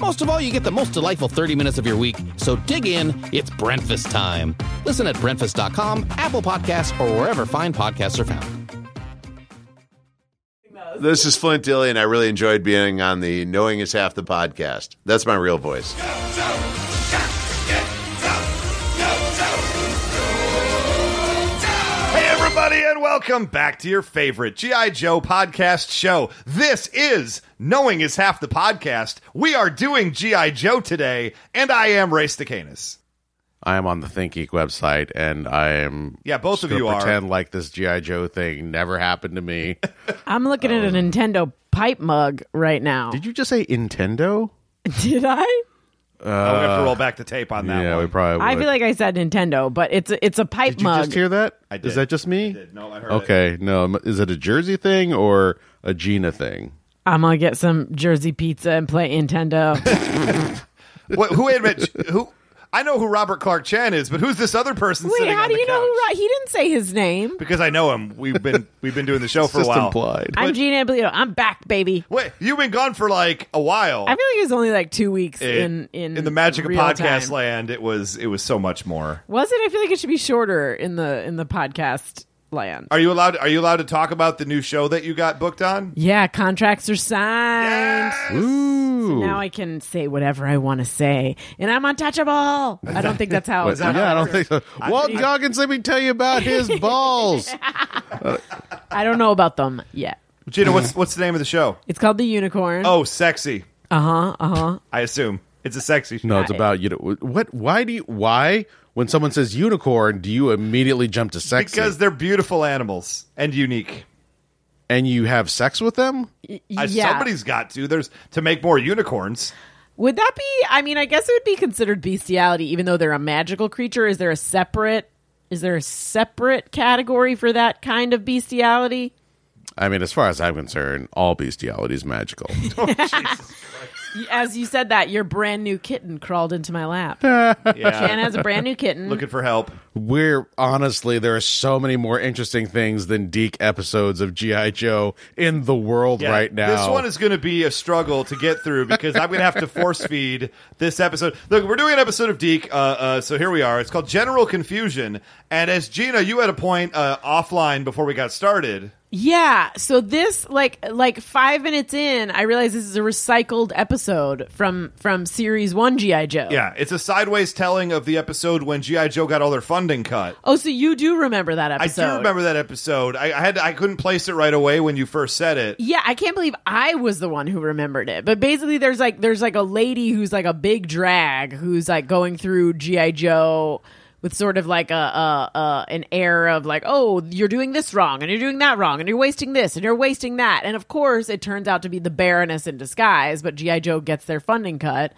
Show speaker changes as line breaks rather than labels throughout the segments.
Most of all, you get the most delightful 30 minutes of your week. So dig in, it's breakfast time. Listen at breakfast.com, Apple Podcasts, or wherever fine podcasts are found.
This is Flint Dilly, and I really enjoyed being on the Knowing is Half the podcast. That's my real voice.
Hey, everybody, and welcome back to your favorite G.I. Joe podcast show. This is Knowing is Half the Podcast. We are doing G.I. Joe today, and I am Ray Stacanus.
I am on the ThinkGeek website, and I am
Yeah, both
just
of
gonna
you are.
pretend like this GI Joe thing never happened to me.
I'm looking at a Nintendo pipe mug right now. Did,
Did you just say Nintendo?
I?
I would Oh, have to roll back the tape on that
Uh, yeah,
one.
we probably. Would.
I feel like I said Nintendo, but it's a, it's a pipe
Did you
mug.
just hear that? Is
I did.
that just me?
did. No, I heard
okay, no. m- Is it a Jersey thing or a Gina thing?
I'm gonna get some Jersey pizza and play Nintendo.
What, who admit who? I know who Robert Clark Chan is, but who's this other person
Wait,
sitting
how
on
do
the
you know who?
couch?
Ro- He didn't say his name.
Because I know him. We've been we've been doing the show
It's
for a
just
while.
implied.
I'm Gina Amblito. I'm back, baby.
Wait, you've been gone for like a while.
I feel like it was only like two weeks
It-
in, in
the magic of
real
podcast
time.
land, it was it was so much more.
Was it? I feel like it should be shorter in the in the podcast land.
Are you allowed? Are you allowed to talk about the new show that you got booked on?
yeah, contracts are signed.
Ooh.
Now I can say whatever I want to say, and I'm untouchable. I don't think that's how.
Wait,
it's that
yeah,
how
I
it
don't
works?
think so. Walt Goggins, let me tell you about his balls.
I don't know about them yet.
Gina, what's what's the name of the show?
It's called the unicorn.
Oh, sexy.
uh huh, uh huh.
I assume it's a sexy. show.
No, it's about you know what? Why do you why when someone says unicorn do you immediately jump to sex?
because they're beautiful animals and unique.
and you have sex with them?
I-
yeah.
Somebody's got to. There's to make more unicorns.
Would that be? I mean, I guess it would be considered bestiality, even though they're a magical creature. Is there a separate? Is there a separate category for that kind of bestiality?
I mean, as far as I'm concerned, all bestiality is magical.
As you said that, your brand new kitten crawled into my lap. Jan
Yeah,
has a brand new kitten.
looking for help.
We're honestly, there are so many more interesting things than Deke episodes of G.I. Joe in the world
Yeah,
right now.
This one is going to be a struggle to get through because I'm going to have to force feed this episode. Look, we're doing an episode of Deke, uh, uh, so here we are. It's called General Confusion. And as Gina, you had a point uh, offline before we got started.
Yeah. So this like like five minutes in, I realize this is a recycled episode from from series one GI Joe.
Yeah, it's a sideways telling of the episode when GI Joe got all their funding cut.
Oh, so you do remember that
I
episode?
do remember that episode. I, I had I couldn't place it right away when you first said it.
Yeah, I can't believe I was the one who remembered it. But basically, there's like there's like a lady who's like a big drag who's like going through GI Joe with sort of like a, a, a an air of like, oh, you're doing this wrong and you're doing that wrong and you're wasting this and you're wasting that. And of course, it turns out to be the Baroness in disguise. But GI Joe gets their funding cut,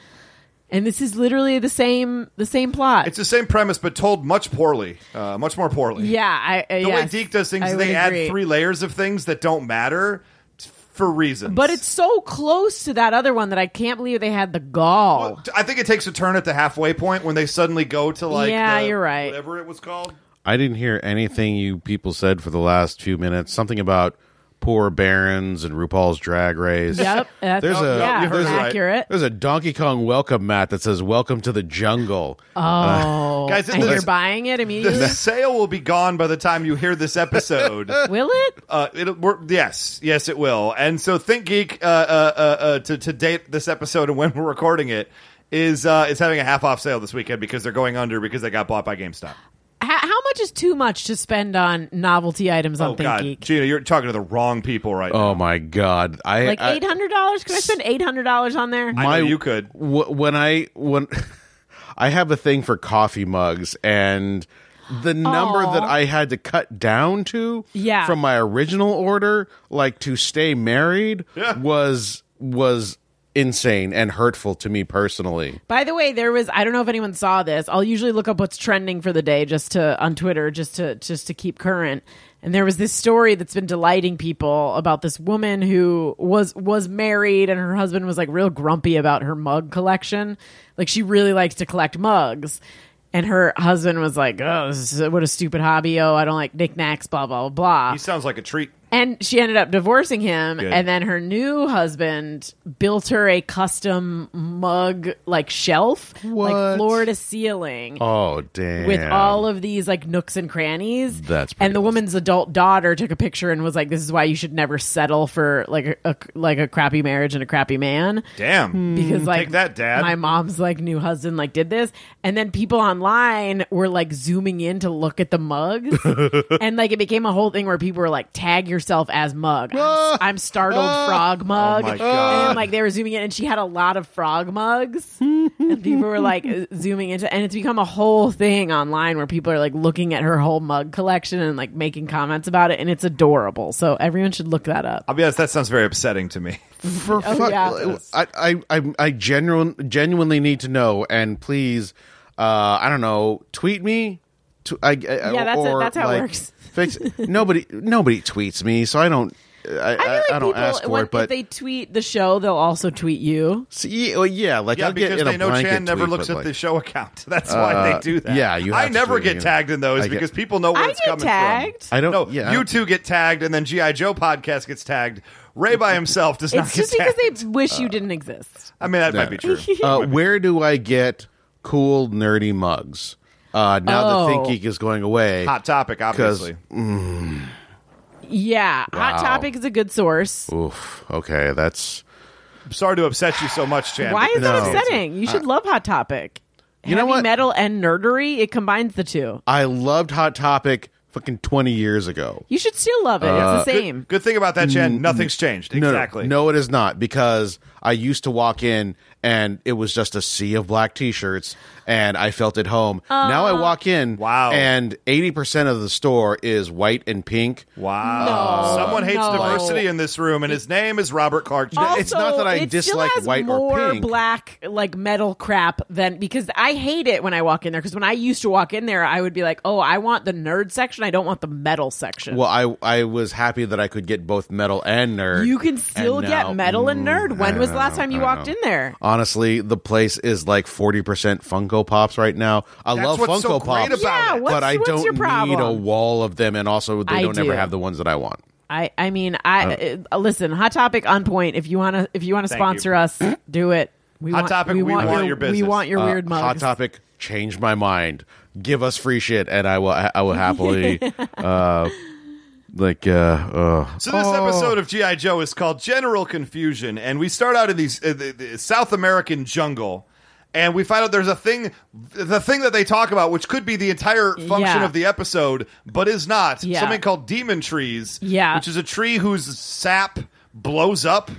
and this is literally the same the same plot.
It's the same premise, but told much poorly, uh, much more poorly.
yeah, I, I
the
yes,
way Deke does things,
I
is
would
they add
agree.
three layers of things that don't matter t- for reasons.
But it's so close to that other one that I can't believe they had the gall.
Well, Uh, I think it takes a turn at the halfway point when they suddenly go to like
Yeah,
the-
you're right.
whatever it was called.
I didn't hear anything you people said for the last few minutes. Something about poor barons and RuPaul's Drag Race.
Yep, that's
There's a-
yeah,
you're right.
accurate.
There's a Donkey Kong welcome mat that says "Welcome to the Jungle."
Oh,
Guys,
and
this-
you're buying it
The
immediately.
sale will be gone by the time you hear this episode.
Will it?
uh, it'll we're, yes, yes, it will. And so, Think Geek uh, uh, uh, uh, to to date this episode and when we're recording it is uh, is having a half off sale this weekend because they're going under because they got bought by GameStop.
How, how much is too much to spend on novelty items on
Oh God,
ThinkGeek?
Gina, you're talking to the wrong people right now.
Oh my god! I
Like
I-
eight hundred dollars? Can I spend eight hundred dollars on there?
I know you could.
wh- when I when I have a thing for coffee mugs and the number
Aw.
that I had to cut down to
Yeah.
from my original order like to stay married
Yeah.
was was insane and hurtful to me personally.
By the way, there was I don't know if anyone saw this. I'll usually look up what's trending for the day just to on Twitter just to just to keep current. And there was this story that's been delighting people about this woman who was was married and her husband was like real grumpy about her mug collection. Like she really likes to collect mugs. And her husband was like, "Oh, this is, what a stupid hobby! Oh, I don't like knickknacks, blah blah blah."
He sounds like a treat.
And she ended up divorcing him,
Good.
and then her new husband built her a custom mug like shelf, like
What?
floor to ceiling.
Oh damn.
With all of these like nooks and crannies,
That's pretty
and the
awesome.
woman's adult daughter took a picture and was like, "This is why you should never settle for like a, a like a crappy marriage and a crappy man."
Damn.
because like
Mm, that, Dad.
my mom's like new husband like did this and then people online were like zooming in to look at the mugs and like it became a whole thing where people were like tag yourself as mug i'm, I'm startled frog mug
Oh my
and
God.
then, like they were zooming in and she had a lot of frog mugs and people were like uh, zooming into and it's become a whole thing online where people are like looking at her whole mug collection and like making comments about it and it's adorable so everyone should look that up
I'll be honest, that sounds very upsetting to me.
for fuck,
Oh, yeah.
I, I, I, I genuine, genuinely need to know, and please, uh, I don't know, tweet me. Tw- I, I,
Yeah, that's it.
or,
That's how it
like,
works.
Fix nobody, nobody tweets me, so I don't. I, I,
I feel like
I don't
people,
ask for
when,
it, but
if they tweet the show, they'll also tweet you.
see, well, yeah, like
Yeah,
I'll get
because
in a
they know
blanket
Chan never
tweet,
looks
but,
at
like, uh,
the show account. That's why they do that.
yeah, you
I
have
never
to,
get
you know.
tagged in those
I get-
because people know where
I
it's
get
coming
tagged.
from.
I don't-
No,
yeah, I
you
don't-
two get tagged, and then GI Joe podcast gets tagged. Ray by himself does not
It's
get
just because
tagged.
they wish you didn't exist.
I mean, that might be true.
uh, where do I get cool nerdy mugs? Uh, now
Oh.
that ThinkGeek is going away,
Hot topic, obviously.
Yeah, Hot
Wow.
Topic is a good source.
oof, okay, that's
Sorry to upset you so much, Chan.
Why is
but-
No.
that upsetting? You should love Hot Topic.
You know
Heavy
what?
metal and nerdery, it combines the two.
I loved Hot Topic fucking twenty years ago.
You should still love it.
Uh,
it's the same.
Good thing about that, Chan. Nothing's changed.
No, no,
Exactly.
No, it is not because I used to walk in and it was just a sea of black t-shirts and I felt at home. now I walk in
Wow.
and 80% of the store is white and pink.
Wow.
No.
Someone hates
No.
diversity in this room, and his name is Robert Clark. Chan.
Also,
it's not that I
it still
dislike
has
white or
more
pink.
black like metal crap than because I hate it when I walk in there because when I used to walk in there I would be like oh I want the nerd section I don't want the metal section
Well, I I was happy that I could get both metal and nerd.
You can still
And now- mm,
get metal and nerd. When was the last time you walked in there?
Honestly, the place is like 40% Funko Pops right now. I
That's
love
what's so
Funko
great about
Pops,
Yeah, it. what's-
but I
what's
don't
your
need a
problem?
wall of them and also they
I
don't ever
do.
have the ones that I want.
I I mean I uh, listen. Hot topic on point. If you wanna if you wanna sponsor us, do it. We
Hot Topic, we want your
We
business.
want your
Uh,
weird mugs.
Hot topic changed my mind. Give us free shit, and I will. I will happily. uh, like, uh, uh,
So this
Oh.
episode of GI Joe is called General Confusion, and we start out in these uh, the, the South American jungle, and we find out there's a thing, the thing that they talk about, which could be the entire function
Yeah.
of the episode, but is not
Yeah.
something called demon trees,
Yeah.
which is a tree whose sap blows up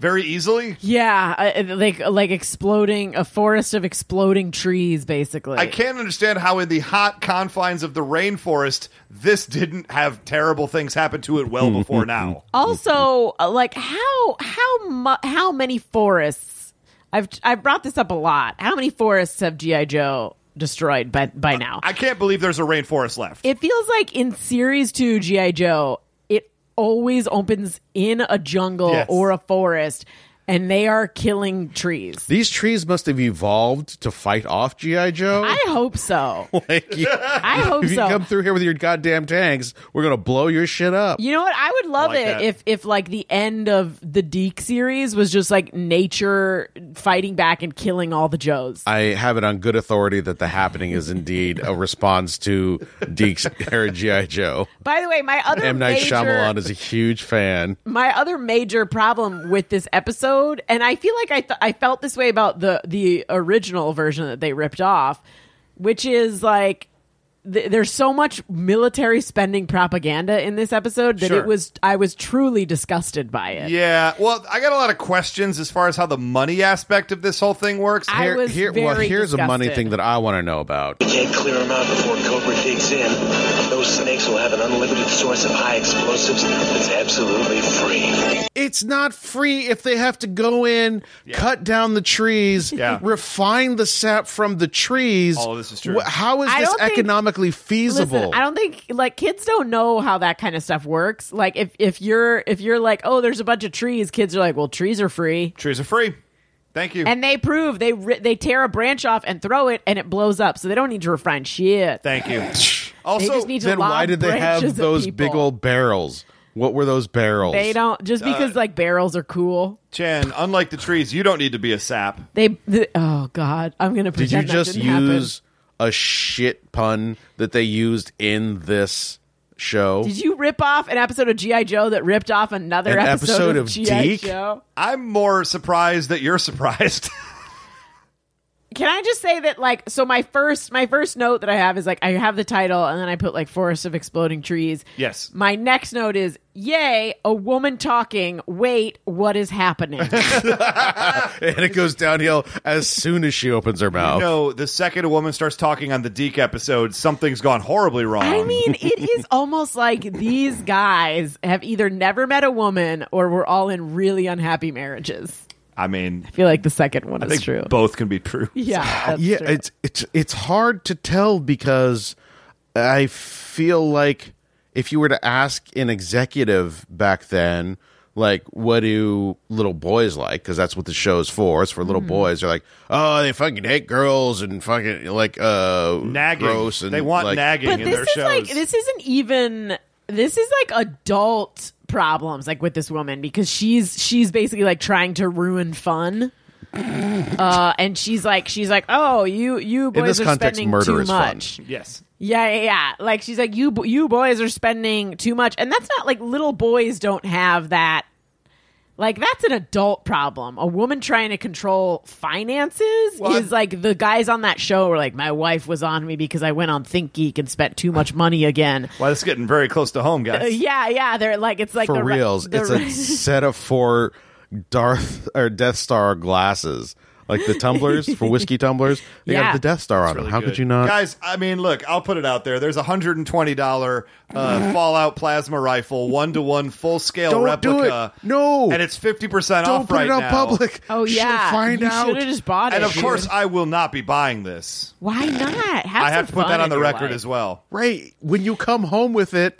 very easily.
Yeah, I- like like exploding a forest of exploding trees, basically.
I can't understand how, in the hot confines of the rainforest, this didn't have terrible things happen to it well before now.
Also, uh, like how how mu- how many forests? I've I brought this up a lot. How many forests have GI Joe destroyed by by now?
I can't believe there's a rainforest left.
It feels like in series two, G.I. Joe, it always opens in a jungle
Yes.
or a forest and they are killing trees.
these trees must have evolved to fight off GI Joe.
I hope so.
Like, you-
I hope
if you
so.
come through here with your goddamn tanks, we're gonna blow your shit up.
You know what? I would love
like
it
that.
if if like the end of the Deke series was just like nature fighting back and killing all the Joes.
I have it on good authority that the happening is indeed a response to Deke's era GI Joe.
By the way, my other
M Night
major,
Shyamalan is a huge fan.
my other major problem with this episode episode, and I feel like I th- I felt this way about the the original version that they ripped off, which is like th- there's so much military spending propaganda in this episode that
Sure.
it was I was truly disgusted by it.
Yeah, well, I got a lot of questions as far as how the money aspect of this whole thing works.
I was
well,
very
here's a money
disgusted.
thing that I want to know about.
can't clear them out before Cobra digs in, those snakes will have an unlimited source of high explosives that's absolutely free.
It's not free if they have to go in, cut down the trees,
Yeah.
refine the sap from the trees.
All of this is true.
Wh- How is
I
this
don't think-
economically feasible?
Listen, I don't think like kids don't know how that kind of stuff works. Like if if you're if you're like, oh, there's a bunch of trees, kids are like, well, trees are free,
Trees are free. Thank you.
and they prove they ri- they tear a branch off and throw it, and it blows up, so they don't need to refine shit.
Thank you.
they
Also,
just need to
then why
lob
did they have
branches at
those
people.
big old barrels? What were those barrels?
They don't just
uh,
because like barrels are cool.
Chen, unlike the trees, you don't need to be a sap.
They, th- oh god, I'm gonna
Did you
pretend that
just
didn't happen.
use a shit pun that they used in this show?
Did you rip off an episode of GI Joe that ripped off another
An episode
episode,
of
GI
Deke?
Joe?
I'm more surprised that you're surprised.
Can I just say that like so my first my first note that I have is like I have the title and then I put like forest of exploding trees.
Yes.
My next note is yay, a woman talking. Wait, what is happening?
and it goes downhill as soon as she opens her mouth.
no, the second a woman starts talking on the Deke episode, something's gone horribly wrong.
I mean, it is almost like these guys have either never met a woman or were all in really unhappy marriages.
I mean,
I feel like the second one
I
is
think
true.
both can be true.
yeah, that's
yeah,
true.
it's it's it's hard to tell because I feel like if you were to ask an executive back then, like what do little boys like? Because that's what the show's for. It's for little
Mm-hmm.
boys. They're like, oh, they fucking hate girls and fucking like uh
Nagging.
gross and
they want
like,
nagging
but
in
this
their
is
shows.
like this isn't even this is like adult problems like with this woman because she's she's basically like trying to ruin fun uh and she's like she's like oh you you boys
this
are
context,
spending
murder
too
is fun.
much
yes.
yeah yeah yeah like she's like you bo- you boys are spending too much and that's not like little boys don't have that like that's an adult problem. A woman trying to control finances is like the guys on that show were like, my wife was on me because I went on Think Geek and spent too much money again.
Well, this is getting very close to home, guys.
Uh, yeah, yeah, they're like it's like
for
the re-
reals.
the
it's
re-
a set of four Darth or Death Star glasses, like the tumblers for whiskey tumblers. They
Yeah.
have the Death Star on them.
Really
How
good.
could you not?
Guys, I mean, look, I'll put it out there. There's a $120 uh, Fallout plasma rifle, one to one, full scale
Don't do
replica.
it. No.
And it's 50%
Don't
off
put
right
it on
now.
public.
oh
She'll
yeah,
find
you
out.
should have just bought it.
And of
dude.
course, I will not be buying this.
why not? Have
I have to
some
put that
fun
on
in
the
your
record
life.
as well.
Right. When you come home with it,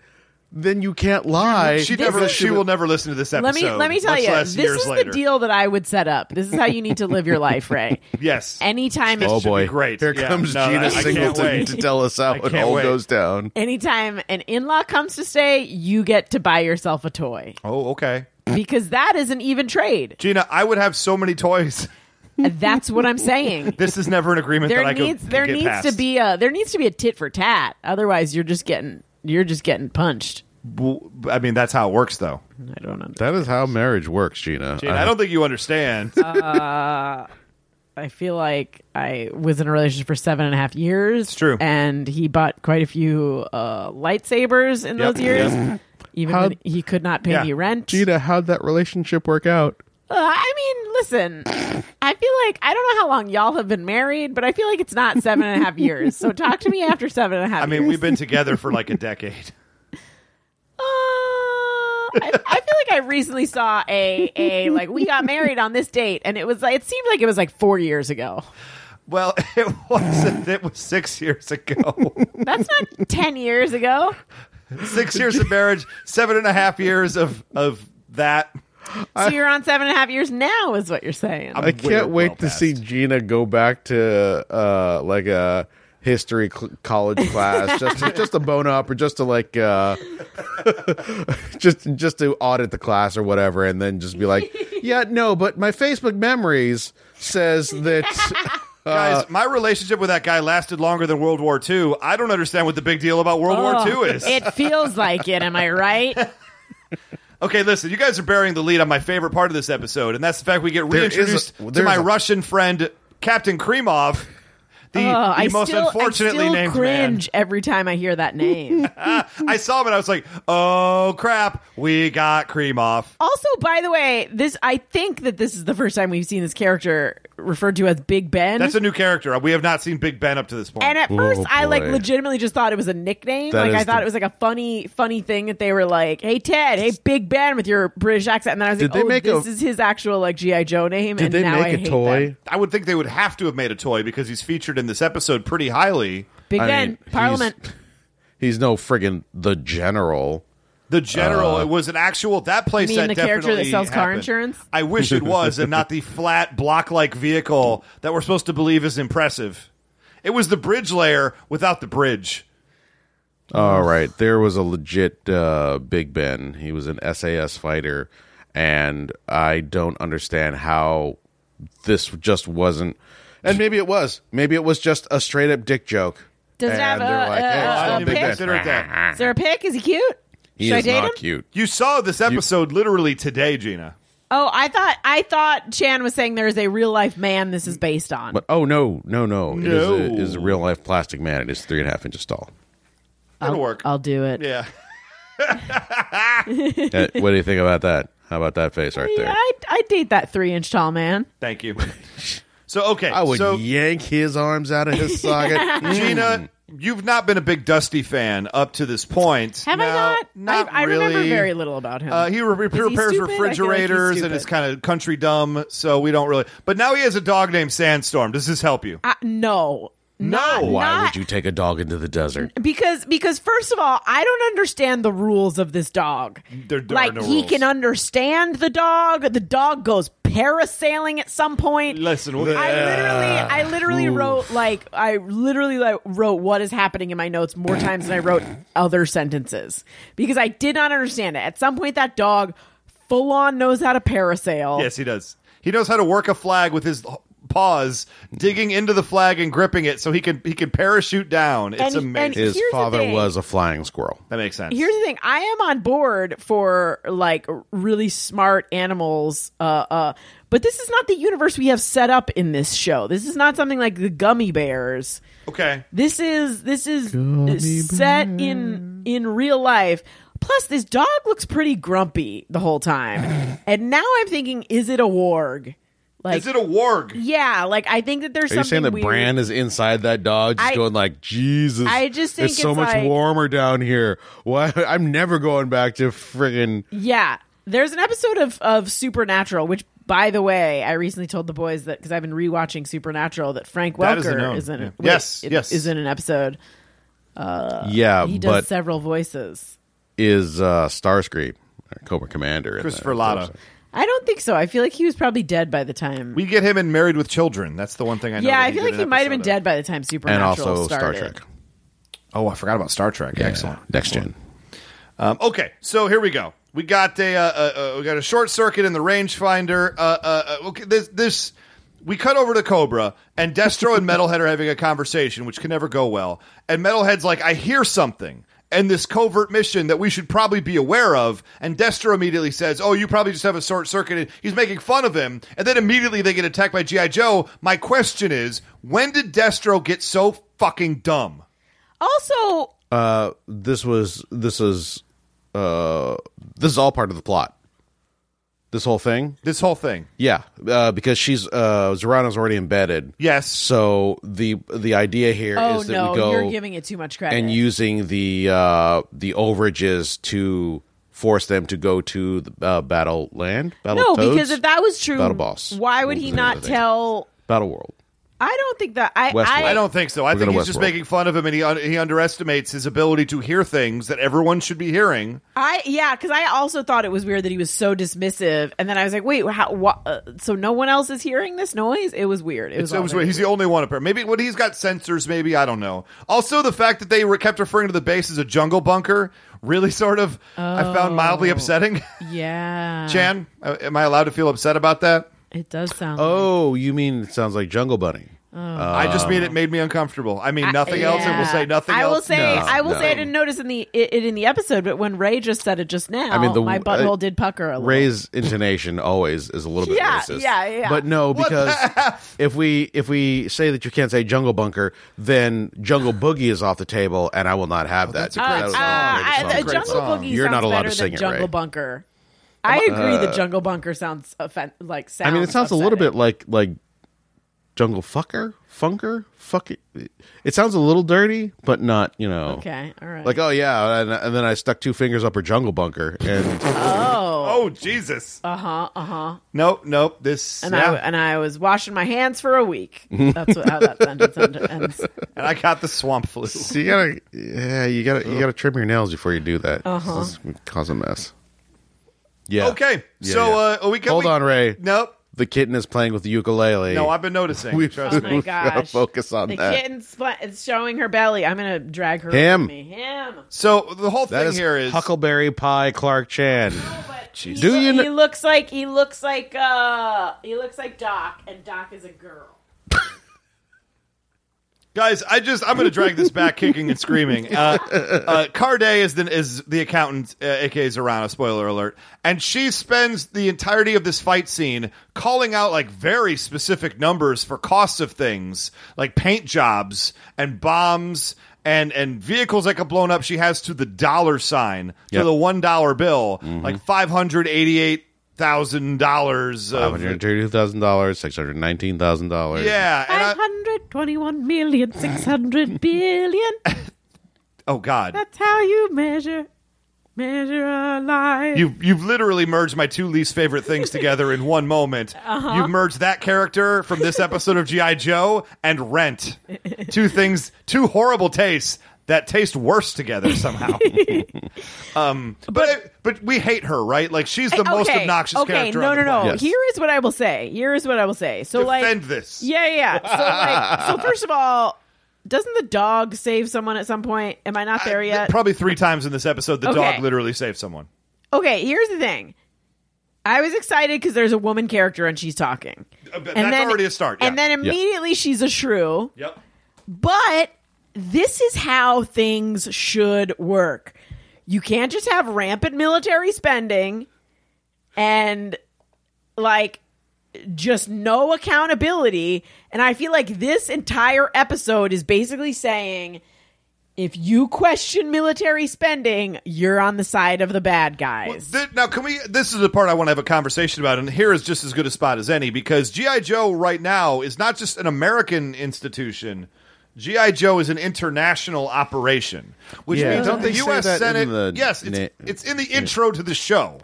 then you can't lie.
She
This
never.
is-
She will never listen to this episode.
Let me let me tell
much
you,
less
this
years
is
later.
the deal that I would set up. This is how you need to live your life, Ray.
Yes.
Anytime,
oh
should be
boy.
great.
Here
Yeah.
comes
No, I- I
Gina
can't
Singleton
wait.
to tell us how
I
it
can't
all
wait.
goes down.
anytime an in-law comes to stay, you get to buy yourself a toy
Oh, okay.
because that is an even trade.
Gina, I would have so many toys.
That's what I'm saying.
This is never an agreement that
There
I could-
needs
could
there
get
needs
past.
to be a there needs to be a tit for tat. Otherwise, you're just getting you're just getting punched.
W- I mean, that's how it works, though.
I don't understand.
That is how marriage works, Gina. Uh,
Gina, I don't think you understand.
I feel like I was in a relationship for seven and a half years. It's
true.
And he bought quite a few uh, lightsabers in
Yep.
those years. Even
How-
when he could not pay
Yeah.
me rent.
Gina, how'd that relationship work out?
Uh, I mean, listen, I feel like I don't know how long y'all have been married, but I feel like it's not seven and a half years. So talk to me after seven and a half
I mean,
years.
we've been together for like a decade.
Uh, I, I feel like I recently saw a a like we got married on this date, and it was like it seemed like it was like four years ago.
Well, it wasn't. It was six years ago.
That's not ten years ago.
Six years of marriage, seven and a half years of of that.
So you're on seven and a half years now, is what you're saying.
I
Way
can't wait
well
to see
past.
Gina go back to uh, like a history cl- college class just to, just to bone up or just to like uh, just just to audit the class or whatever and then just be like yeah no but my Facebook memories says that uh,
Guys, my relationship with that guy lasted longer than World War II. I
Oh,
don't understand what the big deal about World War II is.
It feels like it. Am I right?
Okay, listen, you guys are burying the lead on my favorite part of this episode, and that's the fact we get
There is a-
reintroduced to
there's
my
a-
Russian friend Captain Kremov, the,
Oh,
the
I
most
still,
unfortunately
I still
named
cringe every time I hear that name.
man. I saw him and I was like, "Oh crap, we got Kremov."
also, by the way, this I think that this is the first time we've seen this character referred to as Big Ben.
That's a new character. We have not seen Big Ben up to this point.
and at first, I like
Oh, boy.
legitimately just thought it was a nickname.
That
like I
is
thought
the-
it was like a funny, funny thing that they were like, "Hey Ted, hey Big Ben" with your British accent. And then I was
Did
like,
they
"Oh,
make
this
a-
is his actual like GI Joe name."
Did
and
they
now I
make
hate
a toy?
them.
I would think they would have to have made a toy because he's featured in this episode pretty highly.
Big
I
Ben,
mean, he's-
Parliament.
He's no friggin' the general.
The
Uh,
general, it was an actual that place.
You mean
that
the character that
definitely
sells car
happened.
insurance?
I wish it was, and not the flat block-like vehicle that we're supposed to believe is impressive. It was the bridge layer without the bridge.
All right, there was a legit uh, Big Ben. He was an SAS fighter, and I don't understand how this just wasn't. And maybe it was. Maybe it was just a straight up dick joke.
Does it
and
have
they're
a-
like,
a-
hey,
a-
it's
I
still
didn't even
Big Ben.
consider it that.
Is there a pic? Is he cute?
He
Should I
is
date
not
him?
cute.
You saw this episode literally today, Gina.
Oh, I thought I thought Chan was saying there is a real life man this is based on.
But oh no, no, no! It is a,
No.
is a real life plastic man. It is three and a half inches tall.
That'll work.
I'll do it.
yeah.
Uh, what do you think about that? How about that face right
Yeah,
there?
I I date that three inch tall man.
Thank you. So okay,
I would
so
yank his arms out of his socket.
Mm.
Gina, you've not been a big Dusty fan up to this point.
Have I
No,
not?
Not
I, I remember
really.
very little about him.
Uh, he re-
he
repairs
stupid? I feel like he's
refrigerators and
stupid.
is kind of country dumb, so we don't really. But now he has a dog named Sandstorm. Does this help you?
I- no.
No.
Uh, Not-
Why
not-
would you take a dog into the desert?
because because first of all, I don't understand the rules of this dog.
There- there
like
are no
he
rules.
can understand the dog. The dog goes parasailing at some point.
Listen, we-
I literally, I literally wrote like I literally like wrote what is happening in my notes more times than I wrote other sentences because I did not understand it. At some point, that dog full on knows how to parasail.
yes, he does. He knows how to work a flag with his paws, digging into the flag and gripping it, so he can he can parachute down. It's
And- and-
amazing.
His
Here's the
father
thing.
was a flying squirrel.
that makes sense.
Here's the thing. I am on board for like really smart animals, uh, uh, but this is not the universe we have set up in this show. This is not something like the gummy bears.
okay.
This is this is set in in real life. Plus, this dog looks pretty grumpy the whole time, and now I'm thinking, is it a warg? Like,
Is it a warg?
yeah, like I think that there's
Are you
something
saying that
weird.
Bran is inside that dog, just
I-
going like, Jesus?
I just think
it's so
it's
much
like-
warmer down here. Why? I'm never going back to friggin'
Yeah. There's an episode of, of Supernatural, which, by the way, I recently told the boys that because I've been rewatching Supernatural that Frank
That is
Welker
unknown.
is in
Yeah.
it.
Yes, yes.
Is in an episode.
yeah.
Uh, He does
Uh, But
several voices.
is uh, Starscream, or Cobra Commander, in
Christopher
there.
Latta.
I don't think so. I feel like he was probably dead by the time.
We get him in Married with Children. That's the one thing I know.
yeah,
that
I feel
did
like
an
he might have been
episode
dead by the time Supernatural
and also Star
started.
Trek.
of. Oh, I forgot about Star Trek. Excellent.
Next gen.
Um, okay, so here we go. We got a uh, uh, uh, we got a short circuit in the rangefinder. Uh, uh, uh, okay, this this we cut over to Cobra and Destro and Metalhead are having a conversation, which can never go well. And Metalhead's like, "I hear something." And this covert mission that we should probably be aware of. And Destro immediately says, Oh, you probably just have a short circuit. He's making fun of him. And then immediately they get attacked by G.I. Joe. My question is when did Destro get so fucking dumb?
Also,
Uh, this was this is uh, this is all part of the plot. This whole thing.
This whole thing.
Yeah, uh, because she's uh, Zorana's already embedded.
Yes.
So the the idea here is
oh
that
no,
we go
you're giving it too much credit.
and using the uh, the overages to force them to go to the uh, battle land. Battle
no,
Toads?
because if that was true,
Battle Boss.
why
What
would he
was the
not
other thing?
tell?
battle world.
I don't think that I.
Westworld.
I don't think so. I
We're
think
gonna
he's just
Westworld.
making fun of him, and he un- he underestimates his ability to hear things that everyone should be hearing.
I yeah, because I also thought it was weird that he was so dismissive, and then I was like, wait, how, wha- uh, so no one else is hearing this noise? It was weird. It was,
So it
all
was
very
weird. he's the only one up there. Maybe when he's got sensors, maybe I don't know. Also, the fact that they were kept referring to the base as a jungle bunker really sort of I found mildly
Oh.
upsetting.
weird. yeah,
Chan, uh, am I allowed to feel upset about that?
it does sound.
Oh, you mean it sounds like Jungle Bunny?
I just mean it made me uncomfortable. I mean nothing else, and will
Yeah.
say nothing
I
else.
will say. I will
no.
say. I didn't notice in the it, it in the episode, but when Ray just said it just now,
I mean, the-
my butthole
uh,
did pucker a little.
Ray's intonation always is a little bit
Yeah,
racist.
yeah, yeah.
But no, because if we if we say that you can't say jungle bunker, then jungle boogie is off the table, and I will not have that.
Uh,
That
uh,
was
I-
a great song.
the Jungle Boogie
You're
sounds
not allowed
better
to
than
sing it,
Jungle
Ray. Uh,
Bunker. I agree. the Jungle Bunker sounds offen- like sounds.
I mean, it sounds a little
upsetting.
bit like like jungle fucker, funker, fuck it. It sounds a little dirty, but not you know.
Okay, all right.
Like oh yeah, and, and then I stuck two fingers up her jungle bunker, and
Oh Jesus!
uh huh, uh huh.
Nope, nope. This
And
yeah.
I and I was washing my hands for a week. That's what, how that sentence end- ends.
and I got the swamp flu.
so you gotta yeah, you gotta you gotta trim your nails before you do that.
Uh-huh.
This is- cause a mess. Yeah.
Okay,
Yeah,
so
yeah.
Uh, we can
Hold
we-
on, Ray.
Nope.
The kitten is playing with the ukulele.
No, I've been noticing.
We've-
Trust
Oh
me.
my
We've gotta
gosh!
focus on
the
that.
kitten's spl- it's showing her belly. I'm gonna drag her.
Him.
with me. him.
So the whole
That
thing
is
here is
Huckleberry Pie Clark Chan.
He,
Do you
he
kn-
looks like he looks like uh he looks like Doc, and Doc is a girl.
guys. I just I'm going to drag this back, kicking and screaming. Uh, uh, Carday is the is the accountant, uh, aka Zorana. Spoiler alert! And she spends the entirety of this fight scene calling out like very specific numbers for costs of things, like paint jobs and bombs. And, and vehicles that got blown up, she has to the dollar sign, to
Yep. Mm-hmm.
the one dollar bill, like five hundred eighty eight thousand dollars.
$532,000, $619,000.
Yeah, and I-
Five hundred twenty-one million six hundred billion.
oh god,
That's how you measure measure a life.
You've you've literally merged my two least favorite things together in one moment.
Uh-huh.
You've merged that character from this episode of GI Joe and Rent. Two things, two horrible tastes that taste worse together somehow. um, but but we hate her, right? Like she's the most
Eh, okay,
obnoxious
okay,
character.
no,
on the
no, no.
planet.
Yes.
Here is what I will say. Here is what I will say. So
Defend
like,
this.
yeah, yeah. yeah. So like, so first of all, doesn't the dog save someone at some point? Am I not there yet?
Probably three times in this episode, the
Okay.
dog literally saved someone.
okay, here's the thing. I was excited because there's a woman character and she's talking.
Uh, but
And
that's
then-
already a start.
And
yeah.
then immediately she's a shrew.
yep.
But this is how things should work. You can't just have rampant military spending and like just no accountability. And I feel like this entire episode is basically saying if you question military spending, you're on the side of the bad guys.
Th- now, can we? This is the part I want to have a conversation about, and here is just as good a spot as any because GI Joe right now is not just an American institution. GI Joe is an international operation, which
Yeah,
means
don't
that the
they say
U.S.
that
Senate.
in the
yes, it's,
na-
it's in the intro to the show.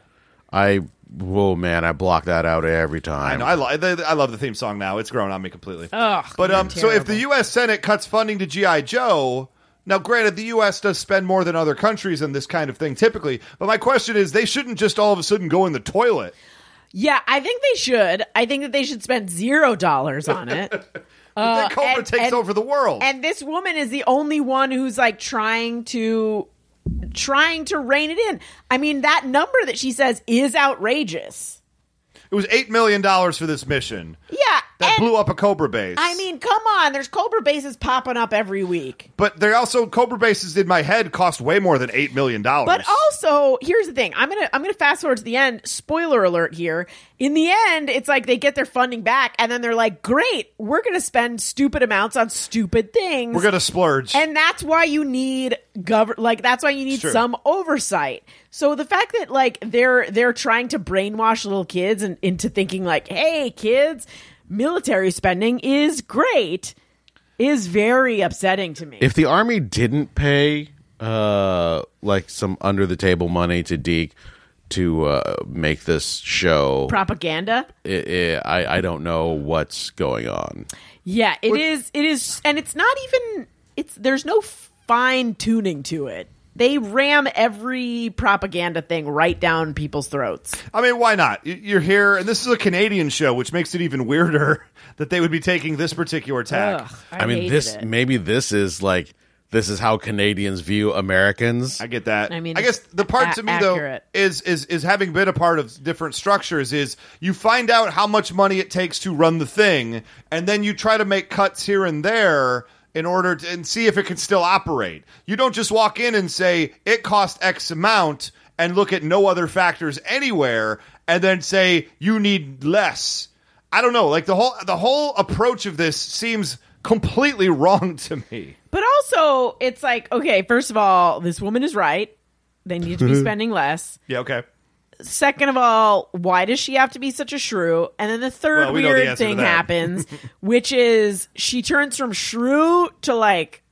I, whoa, man, I block that out every
I
time.
know. I, lo- I- I love the theme song now. It's grown on me completely.
Ugh,
but
you're
um, so if the U.S. Senate cuts funding to GI Joe, now granted the U.S. does spend more than other countries on this kind of thing typically. But my question is, they shouldn't just all of a sudden go in the toilet.
Yeah, I think they should. I think that they should spend zero dollars on it.
then Cobra
Uh, and-
takes
and-
over the world.
and this woman is the only one who's like trying to trying to rein it in i mean that number that she says is outrageous
it was eight million dollars for this mission
yeah
that
and
blew up a Cobra base.
i mean come on there's cobra bases popping up every week
but they also Cobra bases in my head cost way more than eight million dollars.
but also here's the thing i'm gonna i'm gonna fast forward to the end spoiler alert here in the end it's like they get their funding back and then they're like great we're gonna spend stupid amounts on stupid things
we're gonna splurge.
And that's why you need govern like that's why you need
Sure.
some oversight. So the fact that like they're they're trying to brainwash little kids and into thinking like, "Hey kids, military spending is great." is very upsetting to me.
if the army didn't pay uh like some under the table money to Deke to uh make this show
Propaganda?
it, it, I I don't know what's going on.
Yeah, it is it is and it's not even it's there's no fine tuning to it. They ram every propaganda thing right down people's throats.
I mean, why not? Y- You're here, and this is a Canadian show, which makes it even weirder that they would be taking this particular tack.
Ugh,
I, mean
hated
this
it.
maybe this is like this is how Canadians view Americans.
I get that.
I mean,
I guess the part
a-
to me
accurate.
though is is is having been a part of different structures is you find out how much money it takes to run the thing, and then you try to make cuts here and there in order to and see if it can still operate. You don't just walk in and say it cost X amount and look at no other factors anywhere, and then say you need less. I don't know. Like the whole the whole approach of this seems completely wrong to me.
But also, it's like, okay, first of all, this woman is right. They need to be spending less.
Yeah. Okay.
Second of all, why does she have to be such a shrew? And then the third
Well, we know the
weird
answer to
thing
that.
happens, which is she turns from shrew to like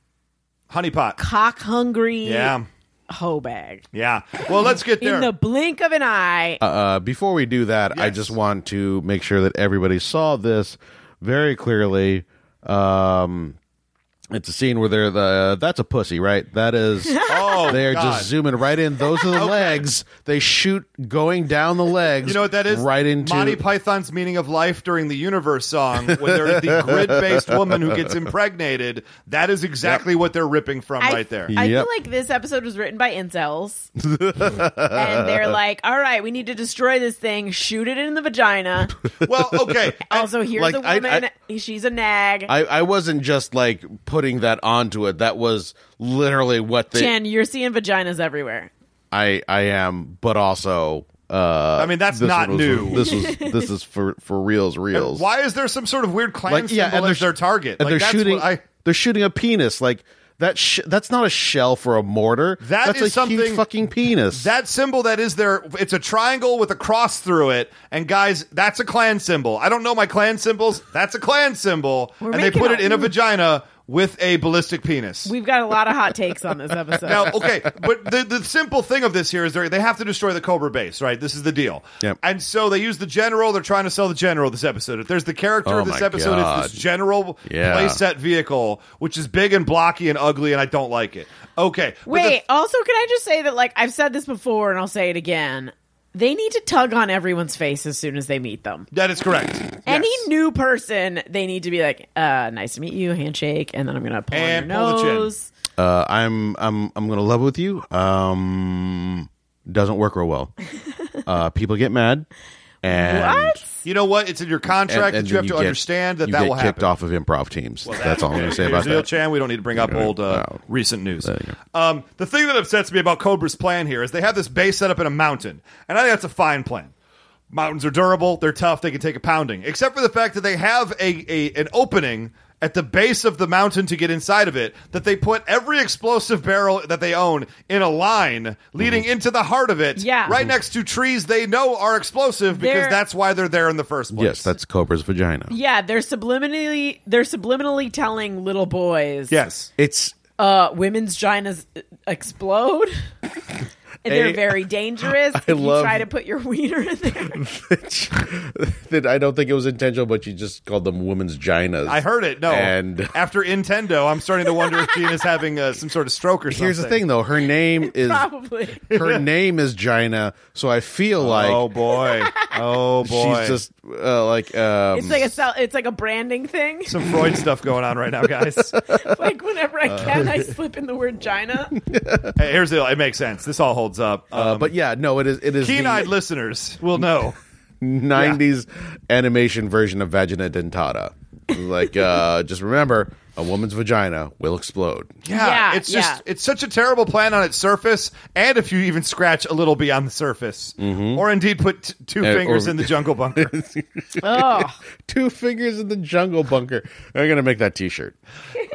Honeypot.
cock hungry
Yeah.
hoe bag.
Yeah. Well, let's get there.
In the blink of an eye,
Uh, before we do that, I just want to make sure that everybody saw this very clearly. Um, it's a scene where they're the that's a pussy, right? That is.
oh,
They're
God.
just zooming right in. Those are the legs. They shoot going down the legs.
You know what that is?
Right into
Monty Python's meaning of life during the universe song, when there's the grid-based woman who gets impregnated. That is exactly what they're ripping from
I-
right there.
I
Yep.
feel like this episode was written by incels. and they're like, all right, we need to destroy this thing, shoot it in the vagina.
Well, okay. I-
Also, here's
Like,
a
I-
woman. she's a nag.
I, I wasn't just like putting that onto it. That was literally what they.
Jen, you're seeing vaginas everywhere.
I I am, but also. Uh,
I mean, that's
this
not
one was-
new.
This was this is for for reals, reals.
why is there some sort of weird clan
Like yeah, and
symbol
they're
as their target?
And
like,
they're
that's
shooting.
What I,
They're shooting a penis. Like that. Sh- that's not a shell for a mortar.
That
that's
is
a huge
something-
fucking penis.
that symbol that is there, it's a triangle with a cross through it. And guys, that's a clan symbol. I don't know my clan symbols. That's a clan symbol.
We're
and they
making
put
a-
it in a vagina with a ballistic penis.
We've got a lot of hot takes on this episode.
now, oh, okay, but the, the simple thing of this here is they're- they have to destroy the Cobra base, right? This is the deal.
Yep.
And so they use the general. They're trying to sell the general this episode. If there's the character
Oh
of this
my
episode, it's
God.
this general
Yeah.
playset vehicle, which is big and blocky and ugly, and I don't like it. Okay. but the-
Wait, also, can I just say that, like, I've said this before and I'll say it again. They need to tug on everyone's face as soon as they meet them.
that is correct.
Any
Yes.
new person, they need to be like, uh, nice to meet you, handshake, and then I'm going to pull on
And
your
pull the chin.
nose.
uh, I'm I'm I'm gonna love with you. Um, doesn't work real well. uh, people get mad. And
What?
You know what? It's in your contract
and
that you
then
have to
get-
understand that
you
that
get
will
kicked
happen.
off of improv teams. That's all I'm going to say about
Neil
that.
Chan, we don't need to bring up
Yeah,
old uh,
wow.
recent news. Um, the thing that upsets me about Cobra's plan here is they have this base set up in a mountain, and I think that's a fine plan. Mountains are durable, they're tough, they can take a pounding. Except for the fact that they have a, a an opening at the base of the mountain to get inside of it that they put every explosive barrel that they own in a line leading
Mm-hmm.
into the heart of it
Yeah.
right
Mhm.
next to trees they know are explosive because
They're-
that's why they're there in the first place.
Yes, that's Cobra's vagina.
Yeah, they're subliminally they're subliminally telling little boys,
Yes.
It's
uh, women's vaginas explode. And they're
A-
very dangerous. if
love-
you try to put your wiener in there.
that I don't think it was intentional, but you just called them women's ginas.
I heard it. No,
And-
after Nintendo, I'm starting to wonder if Gina's having uh, some sort of stroke or something.
Here's the thing, though. Her name is
Probably.
her name is Gina, so I feel like
oh boy, oh boy,
she's just uh, like um,
It's like a sell, it's like a branding thing.
some Freud stuff going on right now, guys.
like whenever I
Uh.
can, I slip in the word "gina."
hey, here's the deal. It makes sense. This all holds up.
uh,
Um,
but yeah, no, it is it is
keen-eyed
the
listeners will know.
'90s animation version of vagina dentata. Like, uh, just remember, a woman's vagina will explode.
Yeah,
Yeah,
it's just
yeah.
it's such a terrible plan on its surface, and if you even scratch a little beyond the surface, or indeed put t- two
Mm-hmm. Uh,
fingers
or-
in the jungle bunker.
Oh,
Two fingers in the jungle bunker. I'm gonna make that T-shirt.